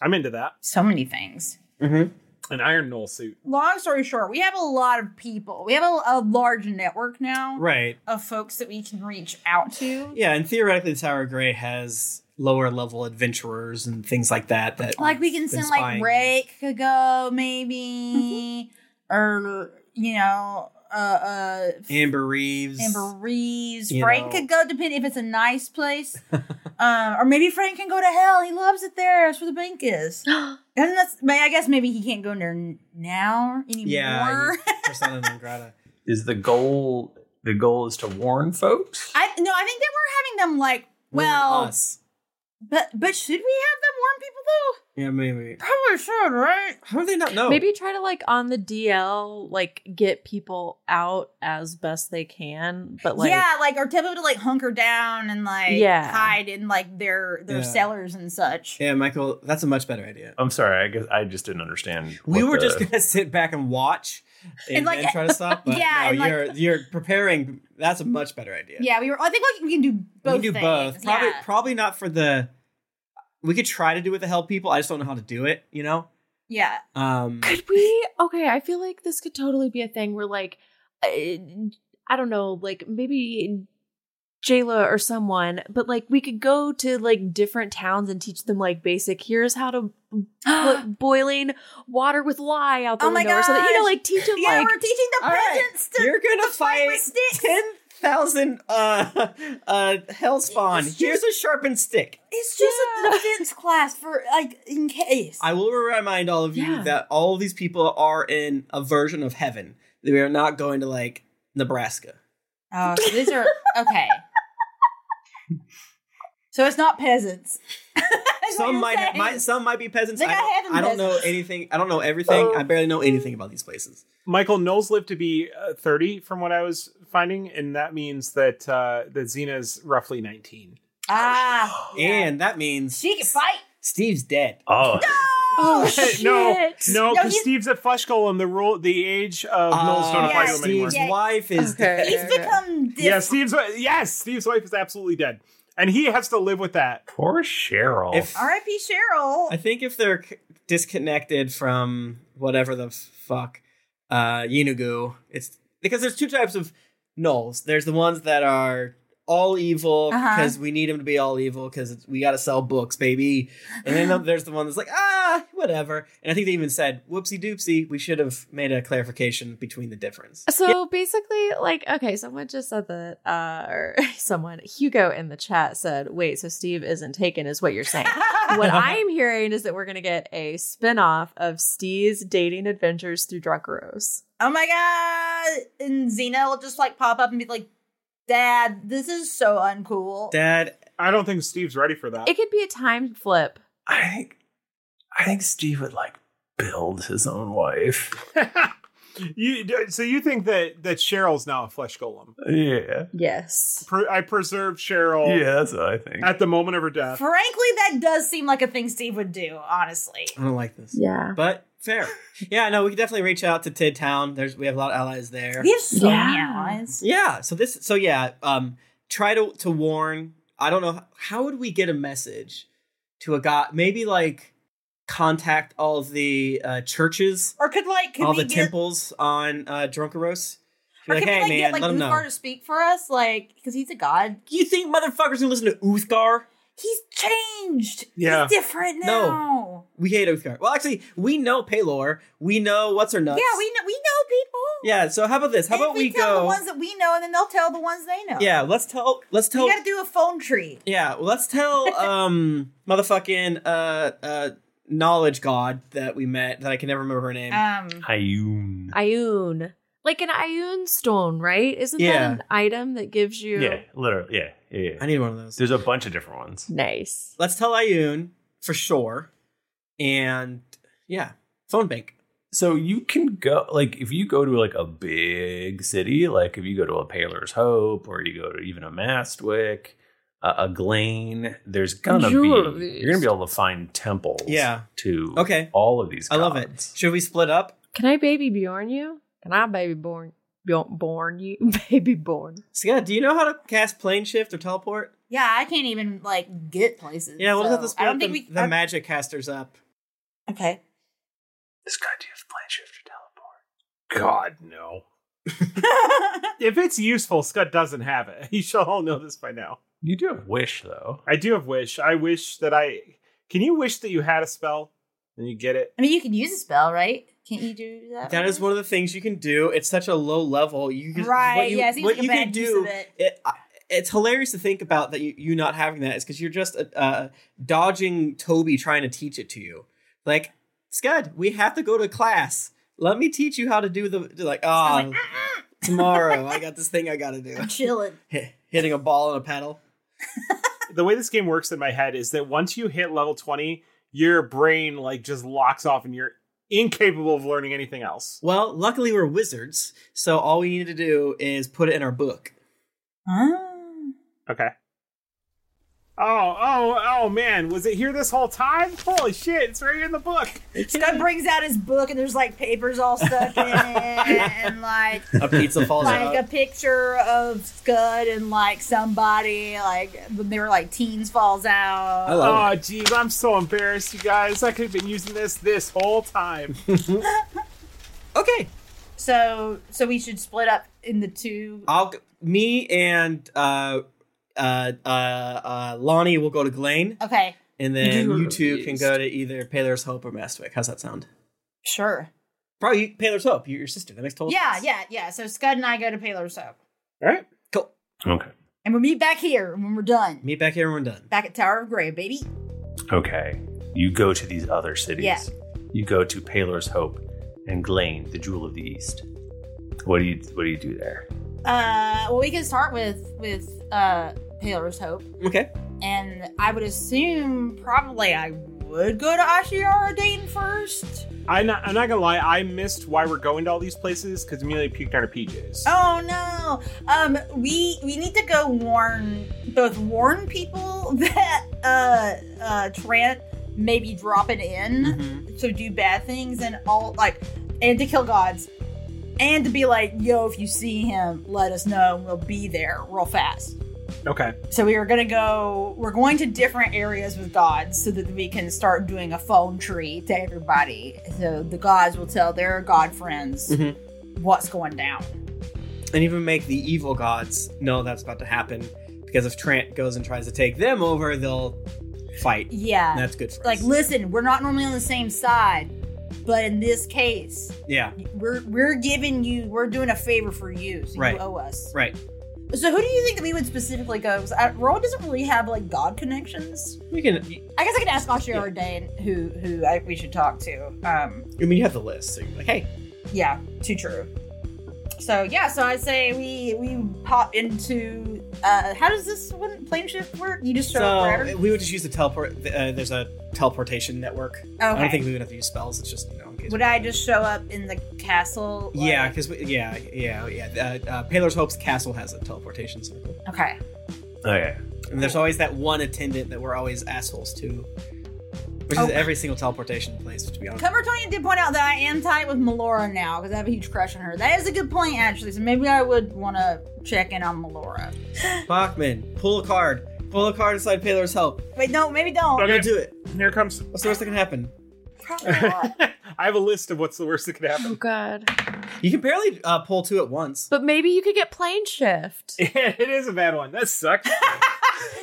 Speaker 2: I'm into that.
Speaker 4: So many things.
Speaker 3: Mm-hmm.
Speaker 2: An iron knoll suit.
Speaker 4: Long story short, we have a lot of people. We have a, a large network now
Speaker 3: Right.
Speaker 4: of folks that we can reach out to.
Speaker 3: Yeah, and theoretically, the Tower of Grey has lower level adventurers and things like that. That
Speaker 4: Like we can
Speaker 3: been
Speaker 4: send
Speaker 3: spying.
Speaker 4: like Rake could go maybe,
Speaker 3: Mm-hmm.
Speaker 4: or you know, uh, uh
Speaker 3: Amber Reeves.
Speaker 4: Amber Reeves.
Speaker 3: you
Speaker 4: Frank
Speaker 3: know.
Speaker 4: could go depending if it's a nice place, um, or maybe Frank can go to hell. He loves it there. That's where the bank is. and that's. may- I guess maybe he can't go in there n- now anymore.
Speaker 1: Yeah,
Speaker 3: persona non grata.
Speaker 1: Is the goal the goal is to warn folks?
Speaker 4: I no. I think that we're having them like well, but but should we have them warn people though?
Speaker 3: Yeah, maybe.
Speaker 4: Probably should, right?
Speaker 3: How do they not know?
Speaker 9: Maybe try to like on the DL, like get people out as best they can, but like
Speaker 4: yeah, like or tell people to like hunker down and like
Speaker 9: Yeah.
Speaker 4: hide in like their their
Speaker 3: Yeah.
Speaker 4: cellars and such.
Speaker 3: Yeah, Michael, that's a much better idea.
Speaker 1: I'm sorry, I guess I just didn't understand.
Speaker 3: We
Speaker 1: what
Speaker 3: were
Speaker 1: the-
Speaker 3: just gonna sit back and watch and,
Speaker 4: And, like-
Speaker 3: then try to stop. But
Speaker 4: Yeah, and,
Speaker 3: no,
Speaker 4: like-
Speaker 3: you're you're preparing. That's a much better idea.
Speaker 4: Yeah, we were. I think like, we can do
Speaker 3: We
Speaker 4: both.
Speaker 3: can do both.
Speaker 4: things.
Speaker 3: Probably
Speaker 4: Yeah.
Speaker 3: probably not for the. We could try to do it to help people. I just don't know how to do it. You know.
Speaker 4: yeah.
Speaker 3: Um.
Speaker 9: Could we? Okay, I feel like this could totally be a thing where, like, I, I don't know, like maybe Jayla or someone, but like we could go to like different towns and teach them like basic. Here's how to put boiling water with lye out the
Speaker 4: Oh my
Speaker 9: window, or something. You know, like teach them.
Speaker 4: Yeah,
Speaker 9: like,
Speaker 4: we're teaching the
Speaker 3: All right,
Speaker 4: peasants to
Speaker 3: you're gonna fight, ten thousand uh uh hell spawn. Here's a sharpened stick.
Speaker 4: It's just a defense class for like in case.
Speaker 3: I will remind all of you
Speaker 4: Yeah.
Speaker 3: that all of these people are in a version of heaven. They are not going to like Nebraska.
Speaker 4: Oh, so these are okay. So it's not peasants.
Speaker 3: Some might, ha- might some might be peasants.
Speaker 4: They
Speaker 3: I
Speaker 4: got
Speaker 3: don't,
Speaker 4: heaven
Speaker 3: I don't know
Speaker 4: peasants.
Speaker 3: anything. I don't know everything. I barely know anything about these places.
Speaker 2: Michael Knowles lived to be uh, 30 from what I was finding, and that means that uh, that Xena's roughly 19.
Speaker 4: Ah,
Speaker 3: and that means
Speaker 4: she can fight.
Speaker 3: Steve's dead.
Speaker 1: Oh.
Speaker 4: Oh,
Speaker 2: no,
Speaker 4: shit.
Speaker 2: no,
Speaker 4: No,
Speaker 2: because
Speaker 4: he's-
Speaker 2: Steve's at Flesh Golem. The rule, the age of Knowles don't apply to him anymore.
Speaker 3: Steve's Uh, wife is dead.
Speaker 4: He's become this.
Speaker 2: Yeah, Steve's wi- yes, Steve's wife is absolutely dead, and he has to live with that.
Speaker 1: Poor Cheryl.
Speaker 3: If-
Speaker 4: R.I.P. Cheryl.
Speaker 3: I think if they're c- disconnected from whatever the fuck uh Yunugu, it's because there's two types of nulls. There's the ones that are all evil
Speaker 4: Uh-huh.
Speaker 3: because we need them to be all evil because we got to sell books, baby. And then there's the one that's like, ah, whatever. And I think they even said, whoopsie doopsie, we should have made a clarification between the difference.
Speaker 9: So basically, like, okay, someone just said that, uh, or someone, Hugo in the chat said, wait, so Steve isn't taken, is what you're saying. what I'm hearing is that we're going to get a spin off of Steve's dating adventures through Drunkaros.
Speaker 4: Oh my god! And Xena will just like pop up and be like, "Dad, this is so uncool."
Speaker 3: Dad,
Speaker 2: I don't think Steve's ready for that.
Speaker 9: It could be a time flip.
Speaker 1: I think, I think Steve would like build his own wife.
Speaker 2: You so you think that that Cheryl's now a Flesh Golem?
Speaker 1: Yeah.
Speaker 9: Yes.
Speaker 2: Per, I preserved Cheryl.
Speaker 1: Yeah, that's what I think.
Speaker 2: At the moment of her death.
Speaker 4: Frankly, that does seem like a thing Steve would do. Honestly,
Speaker 3: I don't like this.
Speaker 9: Yeah.
Speaker 3: But fair. yeah, no, we can definitely reach out to Tid Town. There's we have a lot of allies there.
Speaker 4: we have so many allies.
Speaker 3: Yeah. So this. So yeah. Um. Try to to warn. I don't know. How would we get a message to a guy? Maybe like contact all of the uh, churches,
Speaker 4: Or could like could
Speaker 3: all
Speaker 4: we
Speaker 3: the
Speaker 4: get,
Speaker 3: temples on uh, Drunkaros. Be
Speaker 4: or
Speaker 3: like,
Speaker 4: could
Speaker 3: hey
Speaker 4: we like
Speaker 3: man,
Speaker 4: get like
Speaker 3: let them
Speaker 4: Uthgar
Speaker 3: know.
Speaker 4: to speak for us, like because he's a god.
Speaker 3: You think motherfuckers gonna listen to Uthgar?
Speaker 4: He's changed.
Speaker 2: Yeah.
Speaker 4: He's different now.
Speaker 3: No. We hate Uthgar. Well, actually, we know Paylor. We know what's her nuts.
Speaker 4: Yeah, we know we know people.
Speaker 3: Yeah. So how about this? How about
Speaker 4: we,
Speaker 3: we
Speaker 4: tell
Speaker 3: go?
Speaker 4: the ones that we know, and then they'll tell the ones they know.
Speaker 3: yeah. Let's tell. Let's tell.
Speaker 4: we got to do a phone tree.
Speaker 3: Yeah, well, let's tell um motherfucking uh uh knowledge god that we met that I can never remember her name.
Speaker 9: Um,
Speaker 1: Ayun.
Speaker 9: Ioun. Like an Ioun stone, right? Isn't
Speaker 1: Yeah.
Speaker 9: that an item that gives you
Speaker 1: Yeah, literally. Yeah, yeah, yeah. I
Speaker 3: need one of those.
Speaker 1: There's a bunch of different ones.
Speaker 9: Nice.
Speaker 3: Let's tell Ayun for sure. And yeah, phone bank.
Speaker 1: So you can go like if you go to like a big city, like if you go to a Paler's Hope or you go to even a Mastwick, a, a Glane, there's gonna
Speaker 3: Jewel
Speaker 1: be you're gonna be able to find temples.
Speaker 3: Yeah.
Speaker 1: To
Speaker 3: Okay.
Speaker 1: all of these.
Speaker 3: I love it. Should we split up?
Speaker 9: Can I baby Bjorn you? Can I baby born Bjorn born you? baby born.
Speaker 3: Scott, do you know how to cast plane shift or teleport?
Speaker 4: Yeah, I can't even like get places.
Speaker 3: Yeah, we'll
Speaker 4: so
Speaker 3: just have to
Speaker 4: I
Speaker 3: split
Speaker 4: don't
Speaker 3: up
Speaker 4: think
Speaker 3: the,
Speaker 4: we.
Speaker 3: the
Speaker 4: I-
Speaker 3: magic casters up.
Speaker 4: okay.
Speaker 1: This guy do you have plane shift or teleport? God no.
Speaker 2: if it's useful, Scott doesn't have it. You shall all know this by now.
Speaker 1: You do have wish though.
Speaker 2: I do have wish. I wish that I can you wish that you had a spell and you get it.
Speaker 4: I mean, you can use a spell, right? Can't you do that?
Speaker 3: That is one of the things you can do. It's such a low level. You can,
Speaker 4: Right,
Speaker 3: What you,
Speaker 4: yeah, it seems
Speaker 3: what
Speaker 4: like a
Speaker 3: you
Speaker 4: bad
Speaker 3: can
Speaker 4: use
Speaker 3: do.
Speaker 4: of it.
Speaker 3: I- it's hilarious to think about that you, you not having that is because you're just uh, dodging Toby trying to teach it to you. Like Scud, we have to go to class. Let me teach you how to do the do like ah tomorrow. I got this thing I got to do.
Speaker 4: "Uh-uh." chilling.
Speaker 3: Hitting a ball and a paddle.
Speaker 2: the way this game works in my head is that once you hit level 20, your brain like just locks off and you're incapable of learning anything else.
Speaker 3: Well, luckily we're wizards, so all we need to do is put it in our book.
Speaker 2: Okay. Oh, oh, oh man, was it here this whole time? Holy shit, it's right here in the book.
Speaker 4: Scott brings out his book and there's like papers all stuck in it and like
Speaker 3: A pizza falls
Speaker 4: like
Speaker 3: out.
Speaker 4: a picture of Scud and like somebody like when they were like teens falls out.
Speaker 2: oh, jeez, I'm so embarrassed, you guys. I could have been using this this whole time.
Speaker 3: okay.
Speaker 4: So so we should split up in the two.
Speaker 3: I'll me and uh, uh, uh, uh, Lonnie will go to Glane,
Speaker 4: Okay,
Speaker 3: and then
Speaker 4: You're
Speaker 3: you two can go to either Paler's Hope or Mastwick. How's that sound?
Speaker 4: sure.
Speaker 3: Probably Paler's Hope. You're your sister. That makes total
Speaker 4: Yeah,
Speaker 3: sense.
Speaker 4: yeah, yeah. So Scud and I go to Paler's Hope,
Speaker 3: Yeah. All right. Cool.
Speaker 1: Okay.
Speaker 4: and we'll meet back here when we're done.
Speaker 3: Meet back here when we're done.
Speaker 4: Back at Tower of Grey, baby.
Speaker 1: Okay. You go to these other cities.
Speaker 4: Yeah.
Speaker 1: You go to Paler's Hope and Glane, the Jewel of the East. What do you what do you do there?
Speaker 4: Uh, well, we can start with with uh Paler's Hope,
Speaker 3: Okay.
Speaker 4: and I would assume probably I would go to Ashiara Dayton first.
Speaker 2: I'm not, I'm not gonna lie, I missed why we're going to all these places because Amelia puked on her PJs.
Speaker 4: Oh no! Um, we we need to go warn both warn people that uh uh Trant may be dropping in to do bad things and all like and to kill gods and to be like yo if you see him let us know and we'll be there real fast.
Speaker 2: Okay.
Speaker 4: So we are gonna go. We're going to different areas with gods so that we can start doing a phone tree to everybody. So the gods will tell their god friends
Speaker 3: Mhm.
Speaker 4: what's going down.
Speaker 3: And even make the evil gods know that's about to happen because if Trant goes and tries to take them over, they'll fight.
Speaker 4: Yeah.
Speaker 3: And that's good for
Speaker 4: like listen we're not normally on the same side but in this case
Speaker 3: yeah.
Speaker 4: we're we're giving you we're doing a favor for you so
Speaker 3: Right.
Speaker 4: you owe us
Speaker 3: Right.
Speaker 4: so who do you think that we would specifically go 'Cause I Roald doesn't really have like god connections
Speaker 3: We can.
Speaker 4: i guess i can ask Machi or Dane who who I, we should talk to um
Speaker 3: I mean, you have the list. So you're like, hey,
Speaker 4: yeah too true so yeah so i say we we pop into uh how does this one plane shift work you just show up
Speaker 3: So
Speaker 4: wherever
Speaker 3: we would just use the teleport. Uh, there's a teleportation network. I
Speaker 4: Okay.
Speaker 3: don't think we would have to use spells. It's just you know. in case-
Speaker 4: would i just show up in the castle like-
Speaker 3: yeah, because yeah, yeah, yeah. Uh, uh, Paler's Hope's castle has a teleportation circle,
Speaker 4: okay
Speaker 1: Oh yeah.
Speaker 3: and there's always that one attendant that we're always assholes to, which
Speaker 4: Oh.
Speaker 3: is every single teleportation place. To be honest,
Speaker 4: Cover Tony did point out that I am tight with Melora now because I have a huge crush on her. That is a good point, actually. So maybe I would want to check in on Melora.
Speaker 3: Bachman, pull a card. Pull a card inside Paler's Hope.
Speaker 4: Wait, no, maybe don't.
Speaker 3: I'm gonna do it.
Speaker 2: Here comes.
Speaker 3: What's the worst that can happen?
Speaker 2: I have a list of what's the worst that could happen.
Speaker 9: Oh god.
Speaker 3: You can barely uh, pull two at once.
Speaker 9: But maybe you could get plane shift.
Speaker 2: it is a bad one. That sucked.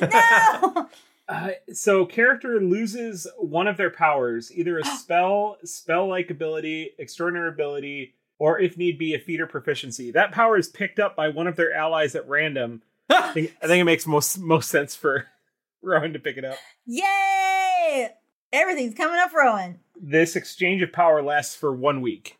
Speaker 2: Uh, so character loses one of their powers, either a spell, spell-like ability, extraordinary ability, or if need be, a feat or proficiency. That power is picked up by one of their allies at random. I, think, I think it makes most most sense for Rowan to pick it up.
Speaker 4: Yay! Everything's coming up, Rowan.
Speaker 2: This exchange of power lasts for one week.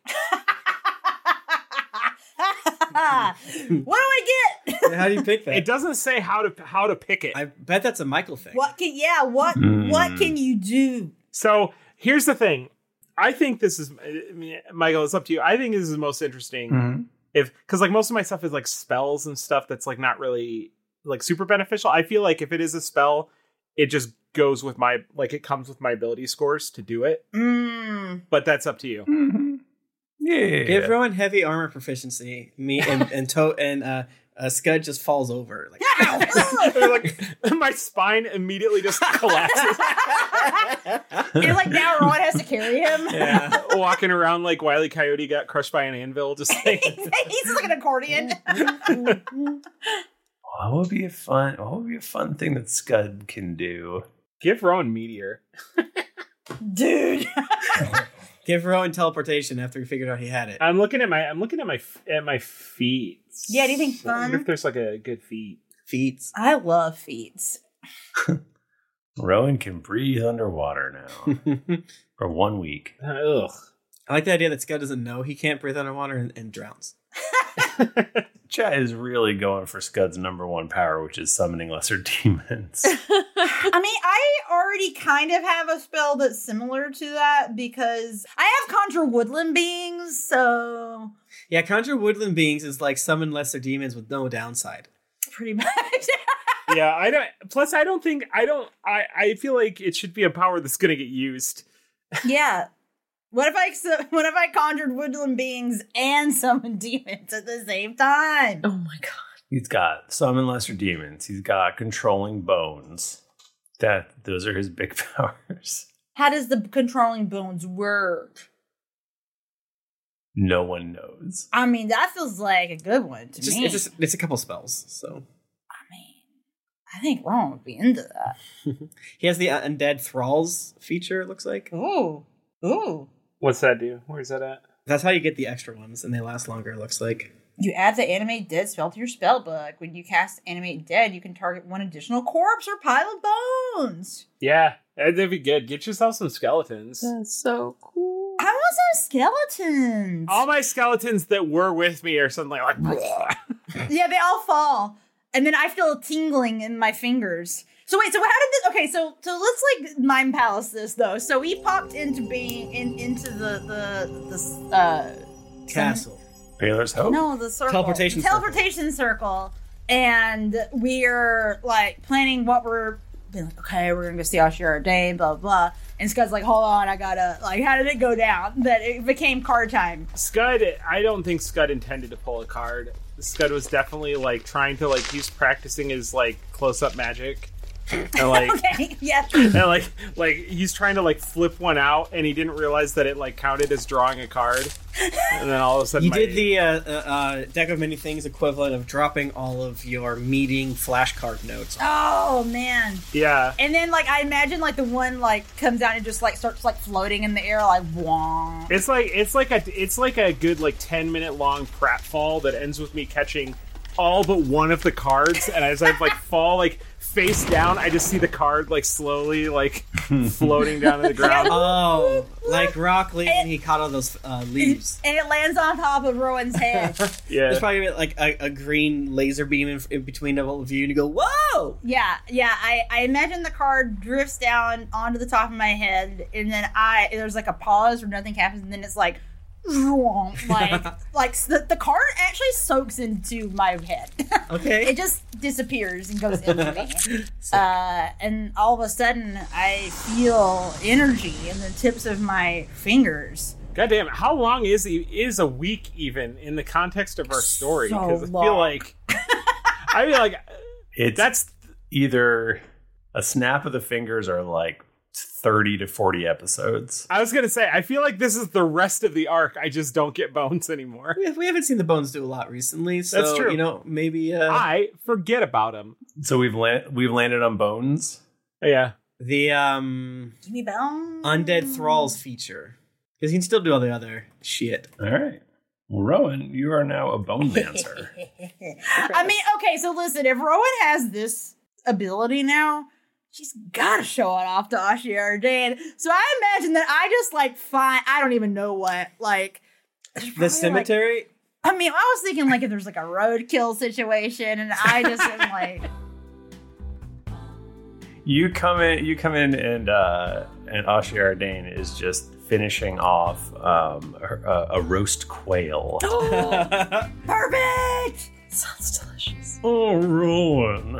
Speaker 4: what do I get?
Speaker 3: How do you pick that?
Speaker 2: It doesn't say how to how to pick it.
Speaker 3: I bet that's a Michael thing.
Speaker 4: What can yeah, what what
Speaker 3: Hmm.
Speaker 4: can you do?
Speaker 2: So here's the thing. I think this is I mean, Michael. It's up to you. I think this is most interesting
Speaker 1: Mhm.
Speaker 2: if because like most of my stuff is like spells and stuff that's like not really like super beneficial. I feel like if it is a spell, it just goes with my like it comes with my ability scores to do it.
Speaker 4: Mm.
Speaker 2: But that's up to you.
Speaker 1: Yeah.
Speaker 3: Give Rowan heavy armor proficiency. Me and and to- and uh, uh, Scud just falls over. Like
Speaker 2: my spine immediately just collapses.
Speaker 4: You're like now Rowan has to carry him.
Speaker 2: Yeah, walking around like Wiley Coyote got crushed by an anvil, just like
Speaker 4: He's like an accordion.
Speaker 1: What would be a fun? What would be a fun thing that Scud can do?
Speaker 2: Give Rowan meteor.
Speaker 4: dude.
Speaker 3: Give Rowan teleportation after he figured out he had it.
Speaker 2: I'm looking at my I'm looking at my f- at my feet.
Speaker 4: Yeah, anything
Speaker 2: I wonder
Speaker 4: fun?
Speaker 2: if there's like a good feet.
Speaker 3: Feet.
Speaker 4: I love feats.
Speaker 1: Rowan can breathe underwater now for one week.
Speaker 2: Ugh.
Speaker 3: I like the idea that Scud doesn't know he can't breathe underwater and, and drowns.
Speaker 1: Chat is really going for Scud's number one power, which is summoning lesser demons.
Speaker 4: I mean, I already kind of have a spell that's similar to that because I have conjure woodland beings, so
Speaker 3: Yeah, conjure woodland beings is like summon lesser demons with no downside.
Speaker 4: pretty much.
Speaker 2: yeah, I don't. Plus, I don't think I don't. I I feel like it should be a power that's gonna get used.
Speaker 4: yeah. What if I su- what if I conjured woodland beings and summoned demons at the same time?
Speaker 9: Oh my god.
Speaker 1: He's got summon lesser demons. He's got controlling bones. That those are his big powers.
Speaker 4: How does the controlling bones work?
Speaker 1: No one knows.
Speaker 4: I mean, that feels like a good one to
Speaker 3: It's just,
Speaker 4: me.
Speaker 3: it's just it's a couple spells. So
Speaker 4: I think Ron would be into that.
Speaker 3: he has the uh, undead thralls feature. It looks like.
Speaker 4: Ooh, ooh.
Speaker 2: What's that do? Where's that at?
Speaker 3: That's how you get the extra ones, and they last longer. It looks like.
Speaker 4: You add the animate dead spell to your spell book. When you cast animate dead, you can target one additional corpse or pile of bones.
Speaker 2: Yeah, that- that'd be good. Get yourself some skeletons.
Speaker 9: That's so cool.
Speaker 4: I want some skeletons.
Speaker 2: All my skeletons that were with me are suddenly like. "Bleh."
Speaker 4: yeah, they all fall, and then I feel a tingling in my fingers. So wait, so how did this? Okay, so so let's like mind palace this though. So we popped into being in into the the the uh,
Speaker 3: Castle.
Speaker 1: Taylor's hope.
Speaker 4: No, the circle.
Speaker 3: Teleportation
Speaker 4: The teleportation circle. And we're like planning what we're being like, okay, we're gonna go see Ashira Day, blah blah. And Scud's like, hold on, I gotta like, how did it go down? That it became car time.
Speaker 2: Scud, I don't think Scud intended to pull a card. Scud was definitely like trying to like he's practicing his like close up magic. And Oh, like
Speaker 4: okay, yeah.
Speaker 2: and like like he's trying to like flip one out and he didn't realize that it like counted as drawing a card. And then all of a sudden
Speaker 3: You
Speaker 2: my-
Speaker 3: did the uh, uh, uh, deck of many things equivalent of dropping all of your meeting flashcard notes.
Speaker 4: Oh man.
Speaker 2: Yeah.
Speaker 4: And then like I imagine like the one like comes down and just like starts like floating in the air like wong.
Speaker 2: It's like it's like a it's like a good like ten minute long pratfall that ends with me catching all but one of the cards, and as I like fall like face down, I just see the card like slowly like floating down to the ground.
Speaker 3: Oh, like Rock Lee, and he caught all those uh, leaves.
Speaker 4: And it lands on top of Rowan's head.
Speaker 2: Yeah.
Speaker 3: There's probably like a, a green laser beam in, in between all of you, and you go, whoa!
Speaker 4: Yeah, yeah. I, I imagine the card drifts down onto the top of my head, and then I there's like a pause where nothing happens, and then it's like, like like the, the card actually soaks into my head.
Speaker 3: Okay.
Speaker 4: it just disappears and goes into me. uh, and all of a sudden, I feel energy in the tips of my fingers.
Speaker 2: God damn it! How long is e- is a week even in the context of our story?
Speaker 4: So
Speaker 2: Because I
Speaker 4: long.
Speaker 2: feel like I feel like
Speaker 1: It's that's either a snap of the fingers or like thirty to forty episodes.
Speaker 2: I was gonna say I feel like this is the rest of the arc. I just don't get bones anymore.
Speaker 3: We, we haven't seen the bones do a lot recently, so
Speaker 2: That's true.
Speaker 3: you know maybe uh,
Speaker 2: I forget about him.
Speaker 1: So we've land- we've landed on bones.
Speaker 2: yeah.
Speaker 3: The um
Speaker 4: Give me bone.
Speaker 3: undead thralls feature because you can still do all the other shit.
Speaker 1: All right. Well, Rowan, you are now a bone dancer.
Speaker 4: I mean, okay, so listen, if Rowan has this ability now, she's gotta show it off to Ashiar Jade. So I imagine that I just like find I don't even know what. Like
Speaker 3: The cemetery.
Speaker 4: I mean, I was thinking like if there's like a roadkill situation and I just am like
Speaker 1: You come in. You come in, and uh, and Ashi Ardane is just finishing off um, her- a, a roast quail.
Speaker 4: Perfect!
Speaker 9: Sounds delicious.
Speaker 13: Oh, Rowan.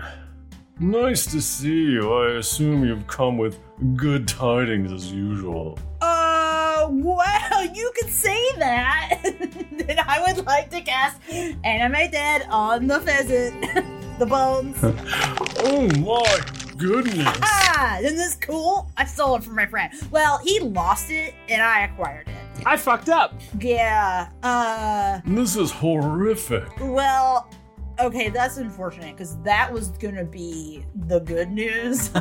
Speaker 13: Nice to see you. I assume you've come with good tidings as usual.
Speaker 4: Uh, well, you could say that. then I would like to cast Animate Dead on the pheasant, the bones.
Speaker 13: Oh my goodness.
Speaker 4: Ah, isn't this cool? I stole it from my friend. Well, he lost it and I acquired it.
Speaker 2: I fucked up.
Speaker 4: Yeah. Uh,
Speaker 13: This is horrific.
Speaker 4: well, okay, that's unfortunate because that was gonna be the good news.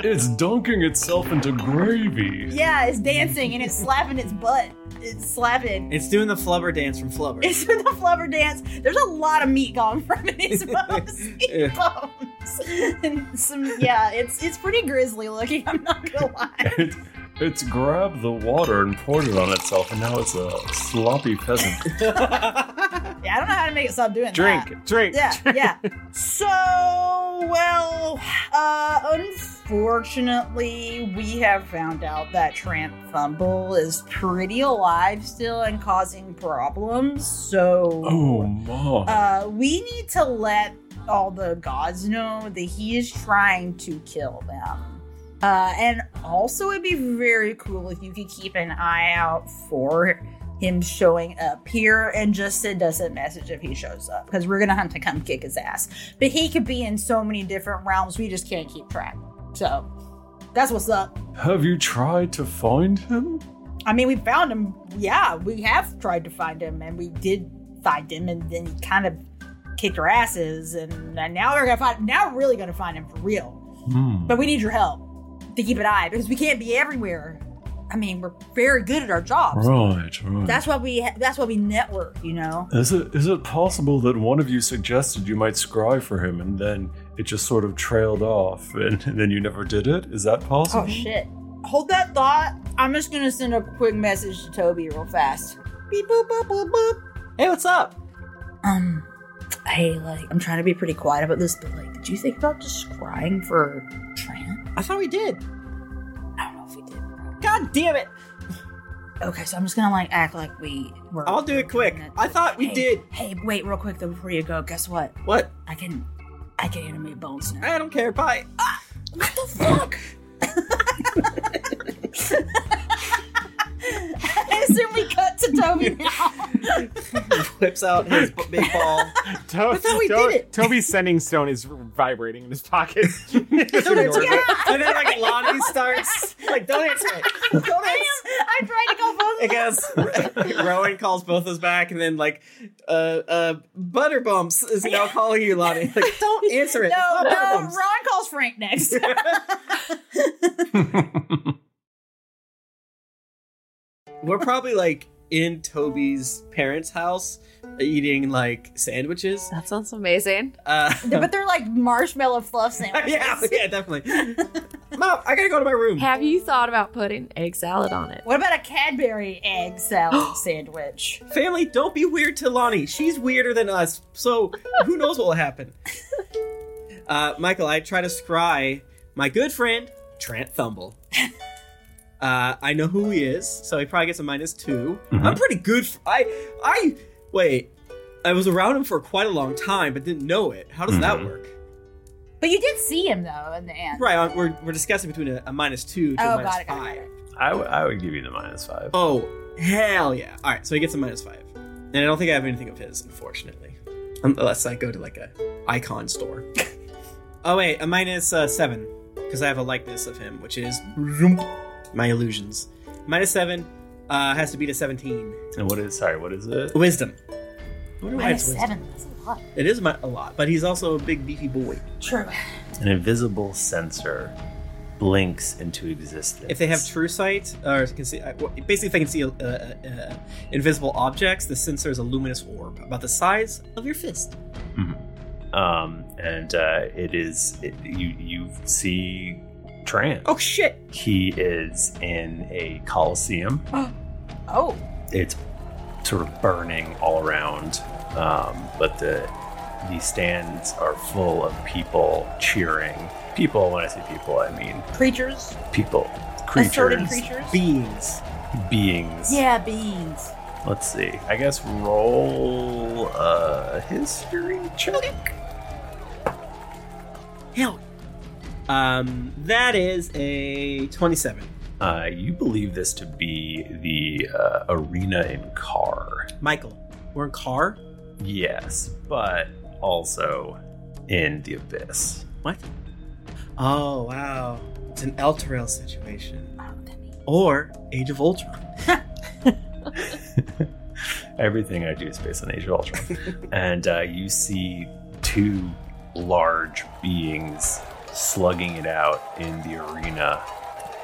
Speaker 13: It's dunking itself into gravy.
Speaker 4: yeah, it's dancing and it's slapping its butt. It's slapping.
Speaker 3: It's doing the flubber dance from Flubber.
Speaker 4: It's with the flubber dance. There's a lot of meat gone from his bones.
Speaker 3: Yeah.
Speaker 4: bones. And some, yeah, it's it's pretty grisly looking. I'm not gonna lie.
Speaker 13: It's grabbed the water and poured it on itself, and now it's a sloppy peasant.
Speaker 4: Yeah, I don't know how to make it stop doing that.
Speaker 13: Drink, drink,
Speaker 4: Yeah, yeah. So well, uh, unfortunately, we have found out that Tramp Thumble is pretty alive still and causing problems. So
Speaker 13: Oh my.
Speaker 4: uh, we need to let all the gods know that he is trying to kill them. Uh, and also, it'd be very cool if you could keep an eye out for him showing up here and just send us a message if he shows up because we're gonna hunt to come kick his ass. But he could be in so many different realms, we just can't keep track. So that's what's up.
Speaker 13: Have you tried to find him?
Speaker 4: Mm-hmm. I mean, we found him. Yeah, we have tried to find him, and we did find him, and then he kind of kicked our asses, and, and now we're gonna find. Now we're really gonna find him for real.
Speaker 1: Hmm.
Speaker 4: But we need your help to keep an eye because we can't be everywhere. I mean, we're very good at our jobs.
Speaker 13: Right, right.
Speaker 4: That's why we. ha- That's why we network. You know.
Speaker 13: Is it is it possible that one of you suggested you might scry for him and then it just sort of trailed off and, then you never did it? Is that possible?
Speaker 4: Oh shit! Hold that thought. I'm just gonna send a quick message to Toby real fast. Beep boop boop boop boop.
Speaker 3: Hey, what's up?
Speaker 4: Um, hey, like I'm trying to be pretty quiet about this, but like, did you think about just crying for Tran?
Speaker 3: I thought we did.
Speaker 4: I don't know if we did.
Speaker 3: God damn it!
Speaker 4: Okay, so I'm just gonna like act like we were.
Speaker 3: I'll do it quick. I thought we
Speaker 4: Hey,
Speaker 3: did.
Speaker 4: Hey, wait, real quick though, before you go, guess what?
Speaker 3: What?
Speaker 4: I can, I can animate bones now.
Speaker 3: I don't care. Bye.
Speaker 4: Ah! I assume we cut to Toby now.
Speaker 3: Whips out his b- big ball.
Speaker 2: To-
Speaker 4: I thought we
Speaker 2: To-
Speaker 4: did it.
Speaker 2: Toby's sending stone is vibrating in his pocket.
Speaker 3: And then like Lonnie starts like, don't answer it.
Speaker 4: I'm trying to go both.
Speaker 3: I guess Rowan calls both of us back, and then like uh uh Butterbumps is now calling you, Lonnie. Like, don't answer it.
Speaker 4: No,
Speaker 3: It's not
Speaker 4: no,
Speaker 3: Butterbumps.
Speaker 4: Ron calls Frank next.
Speaker 3: We're probably like in Toby's parents' house eating like sandwiches.
Speaker 9: That sounds amazing.
Speaker 3: Uh,
Speaker 4: but they're like marshmallow fluff sandwiches.
Speaker 3: yeah, yeah, definitely. Mom, I gotta go to my room.
Speaker 9: Have you thought about putting egg salad on it?
Speaker 4: What about a Cadbury egg salad sandwich?
Speaker 3: Family, don't be weird to Lonnie. She's weirder than us, so who knows what will happen. Uh, Michael, I try to scry my good friend, Trant Thumble. Uh, I know who he is, so he probably gets a minus 2
Speaker 1: Mm-hmm.
Speaker 3: i I'm pretty good. f I I I, wait, I was around him for quite a long time, but didn't know it. How does
Speaker 1: Mm-hmm.
Speaker 3: that work?
Speaker 4: But you did see him though in the end.
Speaker 3: Right, uh, we're, we're discussing between a, a minus two to
Speaker 4: Oh,
Speaker 3: a minus
Speaker 4: got it, got it,
Speaker 3: five.
Speaker 1: I, w- I would give you the minus five.
Speaker 3: Oh, hell yeah. All right, so he gets a minus five. And I don't think I have anything of his, unfortunately. Unless I go to like a icon store. oh, wait, a minus uh, seven. Because I have a likeness of him, which is my illusions. Minus seven uh, has to beat a 17.
Speaker 1: And what is? Sorry, what is it?
Speaker 3: Wisdom. I wonder why
Speaker 4: Minus
Speaker 3: it's wisdom.
Speaker 4: seven. That's a lot.
Speaker 3: It is mi- a lot, but he's also a big, beefy boy.
Speaker 4: True.
Speaker 1: An invisible sensor blinks into existence.
Speaker 3: If they have true sight, or can see, uh, well, basically, if they can see uh, uh, invisible objects, the sensor is a luminous orb about the size of your fist.
Speaker 1: um, and uh, it is it, you you see Tran.
Speaker 3: Oh shit!
Speaker 1: He is in a coliseum.
Speaker 4: Oh.
Speaker 1: it's sort of burning all around, um, but the the stands are full of people cheering. People, when I say people, I mean
Speaker 4: Creatures.
Speaker 1: people,
Speaker 4: Assorted
Speaker 1: creatures,
Speaker 4: creatures?
Speaker 3: beings,
Speaker 1: beings.
Speaker 4: Yeah, beans.
Speaker 1: Let's see. I guess roll a history check.
Speaker 3: Hell. Um, that is a twenty-seven.
Speaker 1: Uh, you believe this to be the uh, arena in Car.
Speaker 3: Michael, we're in car.
Speaker 1: Yes, but also in the abyss.
Speaker 3: What? Oh wow, it's an Elturel situation. Or Age of Ultron.
Speaker 1: Everything I do is based on Age of Ultron. and uh, you see two large beings slugging it out in the arena.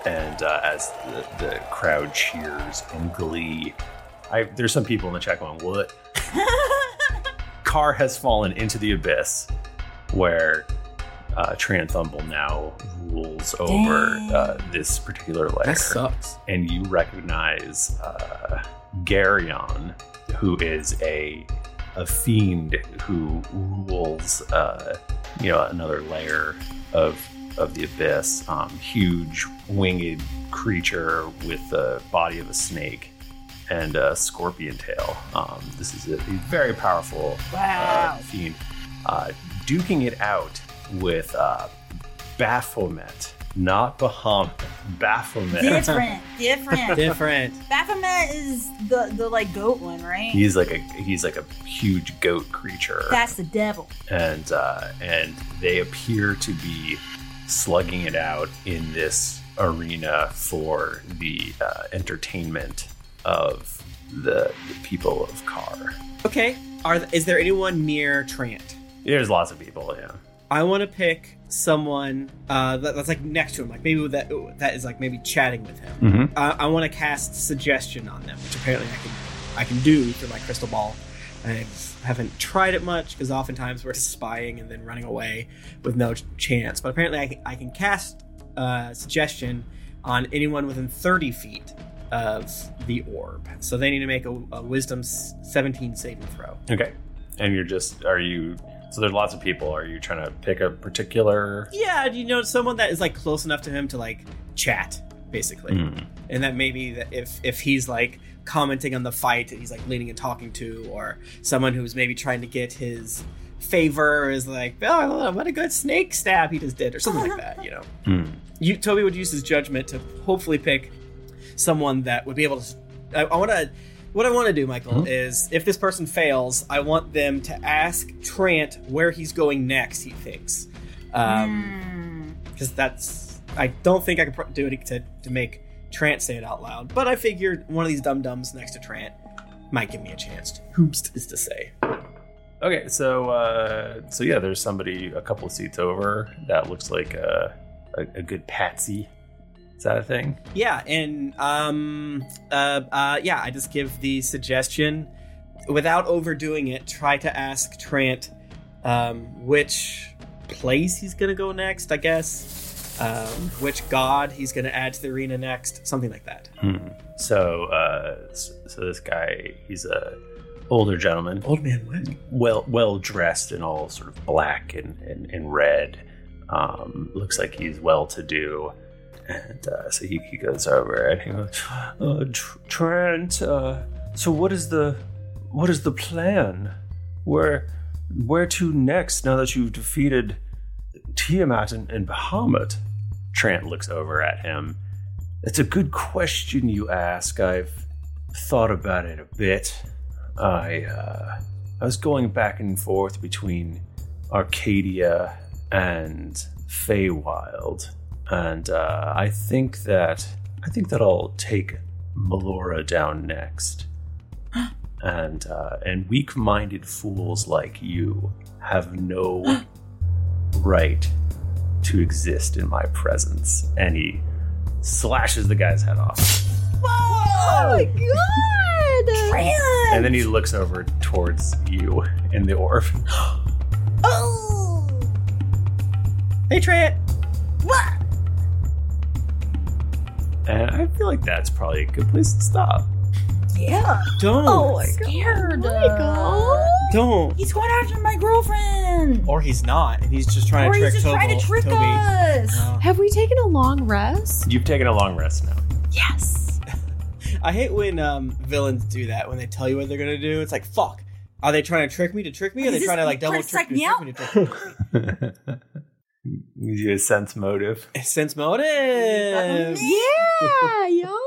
Speaker 1: And uh, as the, the crowd cheers in glee, I, there's some people in the chat going, What? Car has fallen into the abyss where uh, Tranthumbel now rules over uh, this particular layer.
Speaker 3: That sucks.
Speaker 1: And you recognize uh, Garyon, who is a a fiend who rules, uh, you know, another layer of of the abyss. Um, huge winged creature with the body of a snake and a scorpion tail. Um, this is a very powerful
Speaker 4: Wow.
Speaker 1: uh, fiend, uh, duking it out with uh, Baphomet, not Bahamut. Baphomet.
Speaker 4: Different. Different.
Speaker 1: Different.
Speaker 4: Baphomet is the the like goat one, right?
Speaker 1: He's like a he's like a huge goat creature.
Speaker 4: That's the devil.
Speaker 1: and uh, and they appear to be slugging it out in this arena for the uh, entertainment of the, the people of Car.
Speaker 3: Okay. Are th- is there anyone near Trant?
Speaker 1: There's lots of people. Yeah.
Speaker 3: I want to pick someone uh, that, that's like next to him, like maybe that that is like maybe chatting with him.
Speaker 1: Mhm.
Speaker 3: Uh, I want to cast suggestion on them, which apparently I can I can do through my crystal ball. I haven't tried it much because oftentimes we're spying and then running away with no ch- chance. But apparently I can, I can cast uh, suggestion on anyone within 30 feet of the orb. So they need to make a, a Wisdom s- 17 saving throw.
Speaker 1: Okay. And you're just are you so there's lots of people. Are you trying to pick a particular?
Speaker 3: Yeah, you know, someone that is like close enough to him to like chat, basically,
Speaker 1: Mm.
Speaker 3: and that maybe that if if he's like commenting on the fight that he's like leaning and talking to, or someone who's maybe trying to get his favor is like, oh, what a good snake stab he just did, or something like that, you know. You, Toby would use his judgment to hopefully pick someone that would be able to. I, I want to. What I want to do, Michael, is if this person fails, I want them to ask Trant where he's going next. He thinks, because that's. I don't think I could pro- do it to, to make Trant say it out loud, but I figured one of these dum dums next to Trant might give me a chance. To, hoops is to say.
Speaker 1: Okay, so uh, so yeah, there's somebody a couple of seats over that looks like a a, a good patsy. Is that a thing?
Speaker 3: Yeah, and um, uh, uh, yeah, I just give the suggestion without overdoing it. Try to ask Trant um, which place he's gonna go next. I guess um, which god he's gonna add to the arena next, something like that.
Speaker 1: So, uh, s- so this guy, he's a older gentleman.
Speaker 3: Old man what?
Speaker 1: Well, well dressed in all sort of black and and, and red. Um, looks like he's well to do. And uh, so he, he goes over and he goes,
Speaker 14: Uh, Tr- Trent, uh, so what is the what is the plan? Where where to next now that you've defeated Tiamat and, and Bahamut?
Speaker 1: Trant looks over at him. It's a good question you ask. I've thought about it a bit. I uh, I was going back and forth between Arcadia and Feywild, and uh, I think that I think that I'll take Melora down next. and uh, and weak-minded fools like you have no right to exist in my presence. And he slashes the guy's head off.
Speaker 4: Oh my god!
Speaker 1: And then he looks over towards you in the orb.
Speaker 3: Oh! Hey, Trant.
Speaker 4: What?
Speaker 1: And I feel like that's probably a good place to stop.
Speaker 4: Yeah.
Speaker 3: Don't.
Speaker 4: Oh, my scared. God. Michael.
Speaker 3: Don't.
Speaker 4: He's going after my girlfriend.
Speaker 3: Or he's not, and he's just trying
Speaker 4: Or
Speaker 3: to
Speaker 4: he's
Speaker 3: trick
Speaker 4: just
Speaker 3: Toby.
Speaker 4: trying to trick
Speaker 3: Toby. Oh.
Speaker 4: us.
Speaker 15: Have we taken a long rest?
Speaker 1: You've taken a long rest now.
Speaker 15: Yes.
Speaker 3: I hate when um, villains do that when they tell you what they're gonna do. It's like, fuck. Are they trying to trick me to trick me? Are
Speaker 4: Is
Speaker 3: they
Speaker 4: this
Speaker 3: trying to like double
Speaker 4: trying to
Speaker 3: trick
Speaker 4: psych me
Speaker 3: me? to trick me to trick me?
Speaker 1: You sense motive.
Speaker 3: Sense motive.
Speaker 9: yeah, y'all.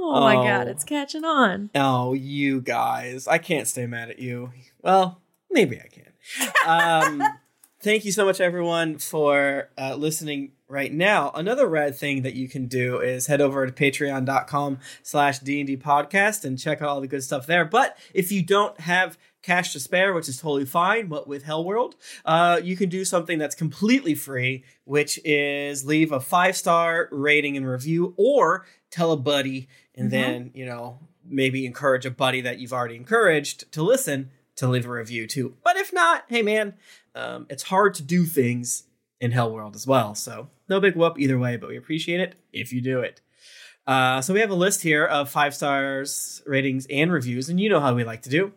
Speaker 9: Oh my god,
Speaker 3: Oh.
Speaker 9: it's catching on.
Speaker 3: Oh, you guys. I can't stay mad at you. Well, maybe I can. Um, thank you so much, everyone, for uh, listening right now. Another rad thing that you can do is head over to patreon.com slash D&D podcast and check out all the good stuff there. But if you don't have cash to spare, which is totally fine, what with Hell World, uh, you can do something that's completely free, which is leave a five-star rating and review or tell a buddy and
Speaker 16: Mhm.
Speaker 3: then, you know, maybe encourage a buddy that you've already encouraged to listen to leave a review too. But if not, hey man, um, it's hard to do things in Hell World as well. So no big whoop either way, but we appreciate it if you do it. Uh, so we have a list here of five stars ratings and reviews, and you know how we like to do.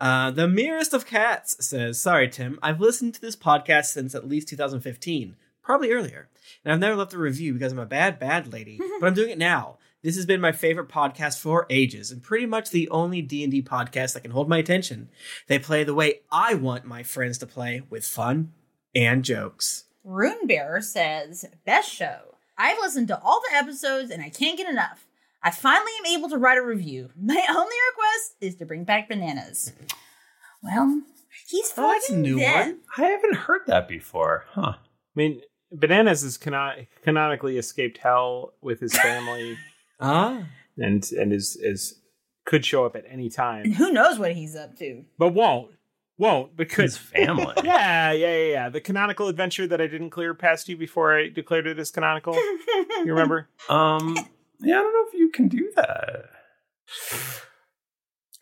Speaker 3: Uh, the merest of cats says, "Sorry, Tim. I've listened to this podcast since at least 2015, probably earlier, and I've never left a review because I'm a bad, bad lady. but I'm doing it now. This has been my favorite podcast for ages, and pretty much the only D and D podcast that can hold my attention. They play the way I want my friends to play, with fun and jokes.
Speaker 4: Runebearer says, best show. I've listened to all the episodes and I can't get enough. I finally am able to write a review. My only request is to bring back bananas. Well, he's
Speaker 3: Oh,
Speaker 4: fucking dead.
Speaker 1: I haven't heard that before, huh?
Speaker 2: I mean, Bananas is cano- canonically escaped hell with his family.
Speaker 3: ah,
Speaker 2: and and is is could show up at any time,
Speaker 4: And who knows what he's up to?
Speaker 2: but won't won't because
Speaker 1: family.
Speaker 2: yeah, yeah, yeah, yeah. The canonical adventure that I didn't clear past you before I declared it as canonical. You remember?
Speaker 1: Um, yeah, I don't know if you can do that.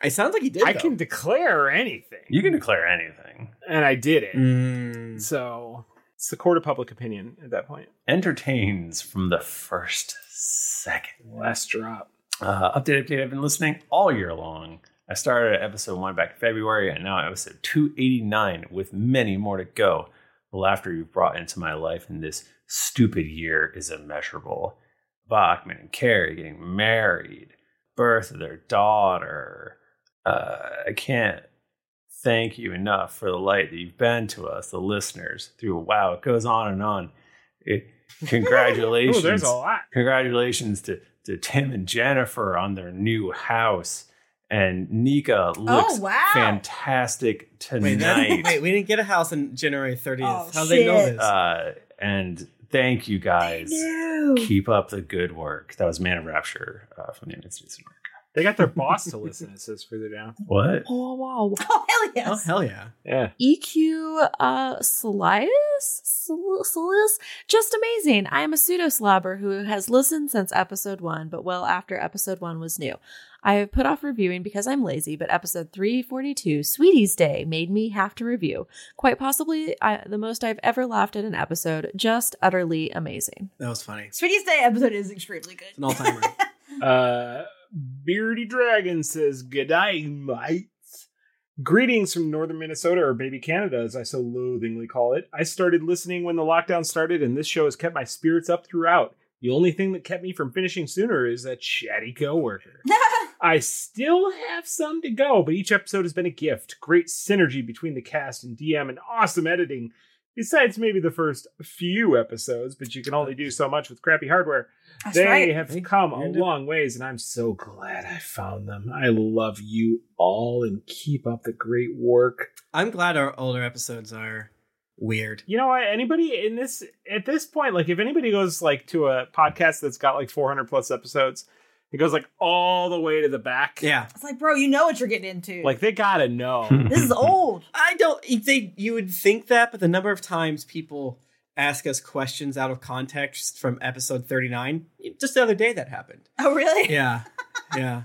Speaker 3: It sounds like he did.
Speaker 2: I can declare anything.
Speaker 1: You can declare anything.
Speaker 2: and I did it.
Speaker 3: Mm.
Speaker 2: So it's the court of public opinion at that point.
Speaker 1: Entertains from the first second.
Speaker 2: Last drop.
Speaker 1: Uh, update, update. I've been listening all year long. I started at episode one back in February, and now at episode 289 with many more to go. The laughter you've brought into my life in this stupid year is immeasurable. Bachman and Carrie getting married, birth of their daughter. Uh, I can't thank you enough for the light that you've been to us, the listeners, through wow, it goes on and on. It, congratulations.
Speaker 2: Ooh, there's a lot.
Speaker 1: Congratulations to, to Tim and Jennifer on their new house. And Nika looks
Speaker 3: Oh, wow.
Speaker 1: fantastic
Speaker 3: Wait,
Speaker 1: tonight.
Speaker 3: that, wait, we didn't get a house on January 30th. How
Speaker 1: How'd
Speaker 3: they know this?
Speaker 1: Uh, and thank you guys. Keep up the good work. That was Man of Rapture uh, from the United States of America.
Speaker 2: They got their boss to listen. It says further down.
Speaker 1: What?
Speaker 9: Oh wow.
Speaker 4: Oh hell yes.
Speaker 3: Oh hell yeah.
Speaker 2: Yeah.
Speaker 9: EQ E uh Slius? Sl- Slius? Just amazing. I am a pseudo slobber who has listened since episode one, but well after episode one was new. I have put off reviewing because I'm lazy, but episode 342, Sweetie's Day, made me have to review. Quite possibly I, the most I've ever laughed at an episode. Just utterly amazing.
Speaker 3: That was funny.
Speaker 4: Sweetie's Day episode is extremely good.
Speaker 3: an all timer.
Speaker 2: Uh, Beardy Dragon says, G'day, mates. Greetings from northern Minnesota, or baby Canada, as I so loathingly call it. I started listening when the lockdown started, and this show has kept my spirits up throughout. The only thing that kept me from finishing sooner is a chatty coworker. I still have some to go, but each episode has been a gift. Great synergy between the cast and DM, and awesome editing. Besides maybe the first few episodes, but you can only do so much with crappy hardware.
Speaker 1: That's
Speaker 2: they
Speaker 1: right.
Speaker 2: have come a long ways, and I'm so glad I found them. I love you all, and keep up the great work.
Speaker 3: I'm glad our older episodes are weird.
Speaker 2: You know what? Anybody in this at this point, like if anybody goes like to a podcast that's got like 400 plus episodes, it goes like all the way to the back.
Speaker 3: Yeah,
Speaker 4: It's like, bro, you know what you're getting into.
Speaker 2: like they gotta know.
Speaker 4: this is old.
Speaker 3: e, I don't. They you would think that, but the number of times people ask us questions out of context from episode 39. Just the other day that happened.
Speaker 4: Oh, really?
Speaker 3: Yeah. Yeah.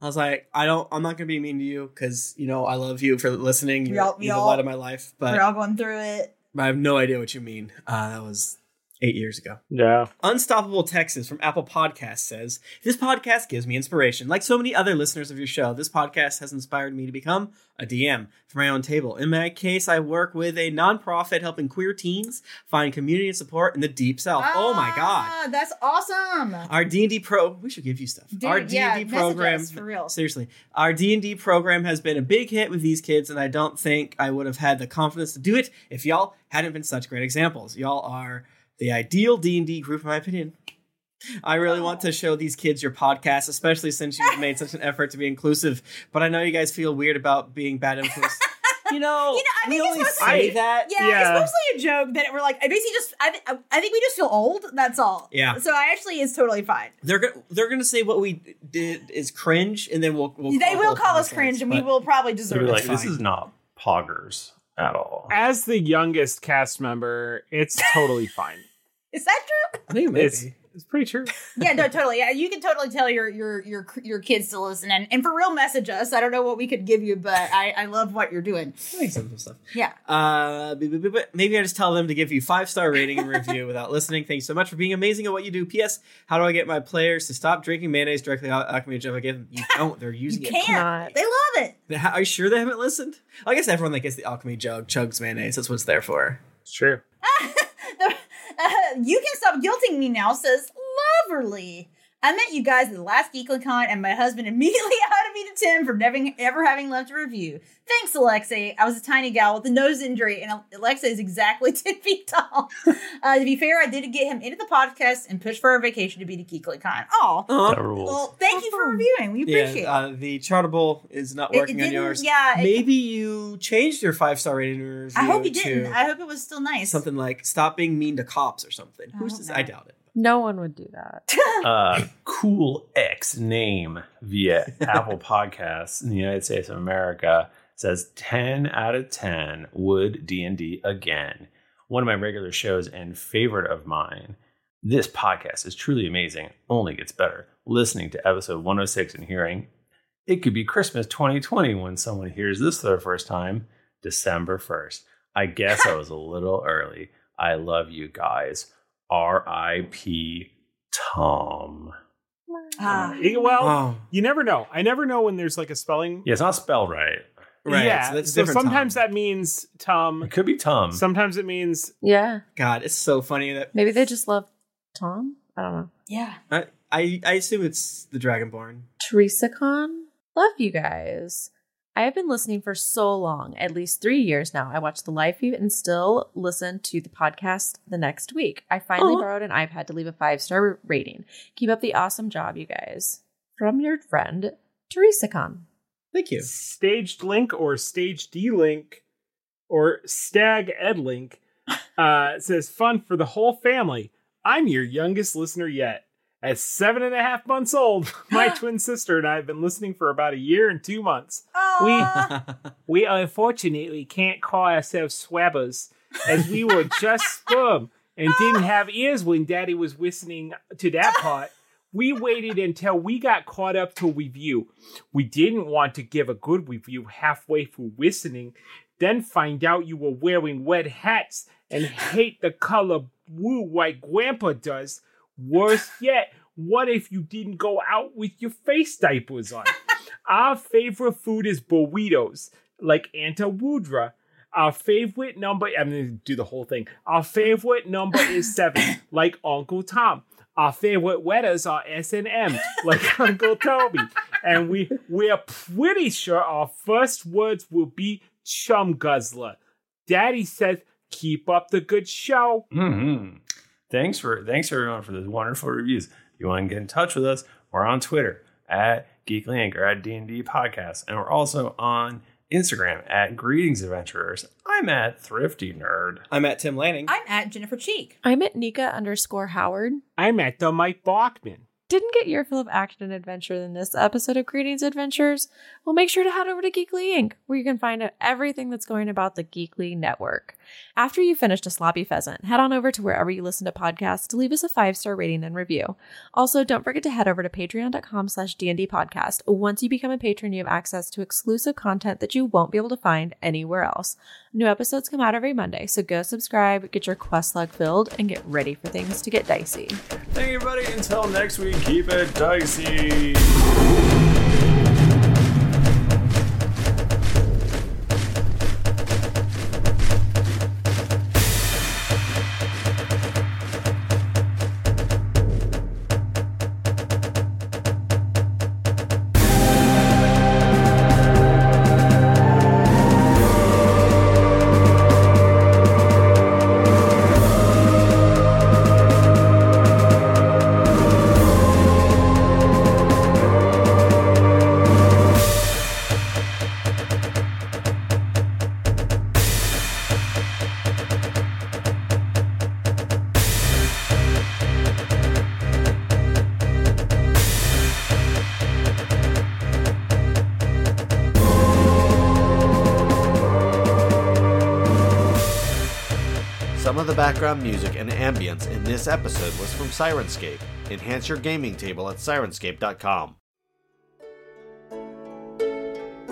Speaker 3: I was like, I don't, I'm not going to be mean to you because, you know, I love you for listening. You're,
Speaker 4: Y'all-
Speaker 3: you have a
Speaker 4: y'all-
Speaker 3: lot of my life, but
Speaker 4: We're all going through it.
Speaker 3: I have no idea what you mean. Uh, that was eight years ago.
Speaker 2: Yeah.
Speaker 3: Unstoppable Texas from Apple Podcasts says, This podcast gives me inspiration. Like so many other listeners of your show, this podcast has inspired me to become a DM for my own table. In my case, I work with a nonprofit helping queer teens find community and support in the deep south. oh my God.
Speaker 4: Ah, that's awesome.
Speaker 3: Our D&D pro, we should give you stuff.
Speaker 4: Dude,
Speaker 3: our D&D
Speaker 4: yeah, message
Speaker 3: program,
Speaker 4: us, for real.
Speaker 3: seriously, our D&D program has been a big hit with these kids and I don't think I would have had the confidence to do it if y'all hadn't been such great examples. Y'all are the ideal D&D group in my opinion. I really want to show these kids your podcast, especially since you've made such an effort to be inclusive. But I know you guys feel weird about being bad influence. you know,
Speaker 4: I think
Speaker 3: only
Speaker 4: it's
Speaker 3: say
Speaker 4: mostly,
Speaker 3: that-
Speaker 4: Yeah,
Speaker 3: Yeah.
Speaker 4: it's mostly a joke that we're like. I basically just. I, thi- I think we just feel old. That's all.
Speaker 3: Yeah.
Speaker 4: So I actually is totally fine.
Speaker 3: they're gonna they're gonna say what we did is cringe, and then we'll, we'll
Speaker 4: they will
Speaker 3: bull
Speaker 4: call us
Speaker 3: nonsense,
Speaker 4: cringe, and we
Speaker 3: but-
Speaker 4: will probably deserve it.
Speaker 17: not poggers at all.
Speaker 2: As the youngest cast member, it's totally fine.
Speaker 4: Is that true?
Speaker 3: I think
Speaker 2: it's, it's pretty true.
Speaker 4: yeah, no, totally. Yeah, you can totally tell your your your your kids to listen, and and for real, message us. I don't know what we could give you, but I I love what you're doing.
Speaker 3: Thanks, simple stuff.
Speaker 4: Yeah.
Speaker 3: Uh, b- b- b- b- maybe I just tell them to give you five star rating and review without listening. Thanks so much for being amazing at what you do. P.S. How do I get my players to stop drinking mayonnaise directly out of Alchemy Java? Give them you don't. They're using it.
Speaker 4: Can't. They love it.
Speaker 3: They- Are you sure they haven't listened? I guess everyone that gets the alchemy jug chugs mayonnaise. That's what it's there for.
Speaker 2: It's true.
Speaker 4: Uh, you can stop guilting me now, says Loverly. I met you guys at the last GeeklyCon, and my husband immediately outed me to Tim for never, ever having left a review. Thanks, Alexei. I was a tiny gal with a nose injury, and Alexei is exactly 10 feet tall. Uh, to be fair, I did get him into the podcast and push for a vacation to be to GeeklyCon. Oh,
Speaker 3: Aw. That rules.
Speaker 4: well, thank you for reviewing. We appreciate
Speaker 3: yeah, uh, the chartable is not
Speaker 4: It- it
Speaker 3: working on
Speaker 4: didn't-
Speaker 3: yours.
Speaker 4: yeah, it-
Speaker 3: maybe you changed your five star rating and
Speaker 4: it.
Speaker 3: review.
Speaker 4: I hope you
Speaker 3: to
Speaker 4: didn't. I hope it was still nice. Oh,
Speaker 3: something like "Stop being mean to cops" or something. Who's this? I doubt it.
Speaker 9: No one would do that.
Speaker 17: uh, cool X name via Apple Podcasts in the United States of America says 10 out of 10 would D&D again. One of my regular shows and favorite of mine. This podcast is truly amazing. Only gets better. Listening to episode 106 and hearing it could be Christmas 2020 when someone hears this for the first time, December 1st. I guess I was a little early. I love you guys. R.I.P. Tom.
Speaker 4: Ah.
Speaker 2: Uh, well,
Speaker 17: Wow.
Speaker 2: you never know. I never know when there's like a spelling.
Speaker 17: Yeah, it's not spelled right.
Speaker 2: Yeah. so sometimes that means Tom.
Speaker 17: It could be Tom.
Speaker 2: Sometimes it means
Speaker 9: Yeah.
Speaker 3: God, it's so funny that
Speaker 9: Maybe they just love Tom. I don't know.
Speaker 4: Yeah.
Speaker 3: I I, I assume it's the Dragonborn.
Speaker 9: Teresa Con, love you guys. I have been listening for so long, at least three years now. I watch the live feed and still listen to the podcast the next week. I finally
Speaker 5: Aw.
Speaker 9: borrowed an iPad to leave a five star rating. Keep up the awesome job, you guys. From your friend, Teresa Con.
Speaker 3: Thank you.
Speaker 2: Staged Link or Stage D Link or Stag Ed Link uh, says, Fun for the whole family. I'm your youngest listener yet. At seven and a half months old, my twin sister and I have been listening for about a year and two months. We, we unfortunately can't call ourselves swabbers as we were just sperm and didn't have ears when daddy was listening to that part. We waited until we got caught up to review. We didn't want to give a good review halfway through listening, then find out you were wearing red hats and hate the color blue like grandpa does. Worse yet, what if you didn't go out with your face diapers on? Our favorite food is burritos, like Anta Wudra. Our favorite number, I'm going to do the whole thing. Our favorite number is seven, like Uncle Tom. Our favorite wetters are S and M, like Uncle Toby. And we we're pretty sure our first words will be chum guzzler. Daddy says, keep up the good show.
Speaker 1: Mm.
Speaker 17: hmm Thanks for thanks everyone for those wonderful reviews. If you want to get in touch with us, we're on Twitter at Geeklink or at D&D Podcast, and we're also on Instagram at Greetings Adventurers. I'm at Thrifty Nerd.
Speaker 3: I'm at Tim Lanning.
Speaker 4: I'm at Jennifer Cheek.
Speaker 9: I'm at Nika underscore Howard.
Speaker 2: I'm at the Mike Bachman.
Speaker 9: Didn't get your fill of action and adventure in this episode of Greetings Adventures? Well, make sure to head over to Geekly Inc., where you can find out everything that's going about the Geekly Network. After you've finished a sloppy pheasant, head on over to wherever you listen to podcasts to leave us a five-star rating and review. Also, don't forget to head over to patreon.com slash D&D podcast. Once you become a patron, you have access to exclusive content that you won't be able to find anywhere else. New episodes come out every Monday, so go subscribe, get your quest log filled, and get ready for things to get dicey.
Speaker 17: Thank you, everybody. Until next week, keep it dicey.
Speaker 18: Some of the background music and ambience in this episode was from Sirenscape. Enhance your gaming table at sirenscape.com.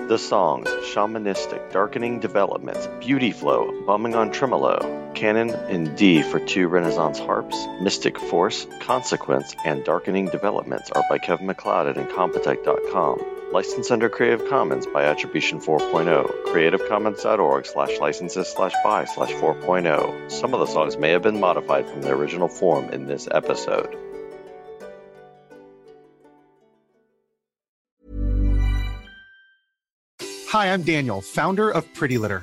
Speaker 16: The songs Shamanistic, Darkening Developments, Beauty Flow, Bumming on Tremolo, Canon in D for two Renaissance harps, Mystic Force, Consequence, and Darkening Developments are by Kevin McLeod at Incompetech.com. Licensed under Creative Commons by Attribution oh. 4.0, creativecommons.org slash licenses slash by slash 4.0. Some of the songs may have been modified from their original form in this episode.
Speaker 19: Hi, I'm Daniel, founder of Pretty Litter.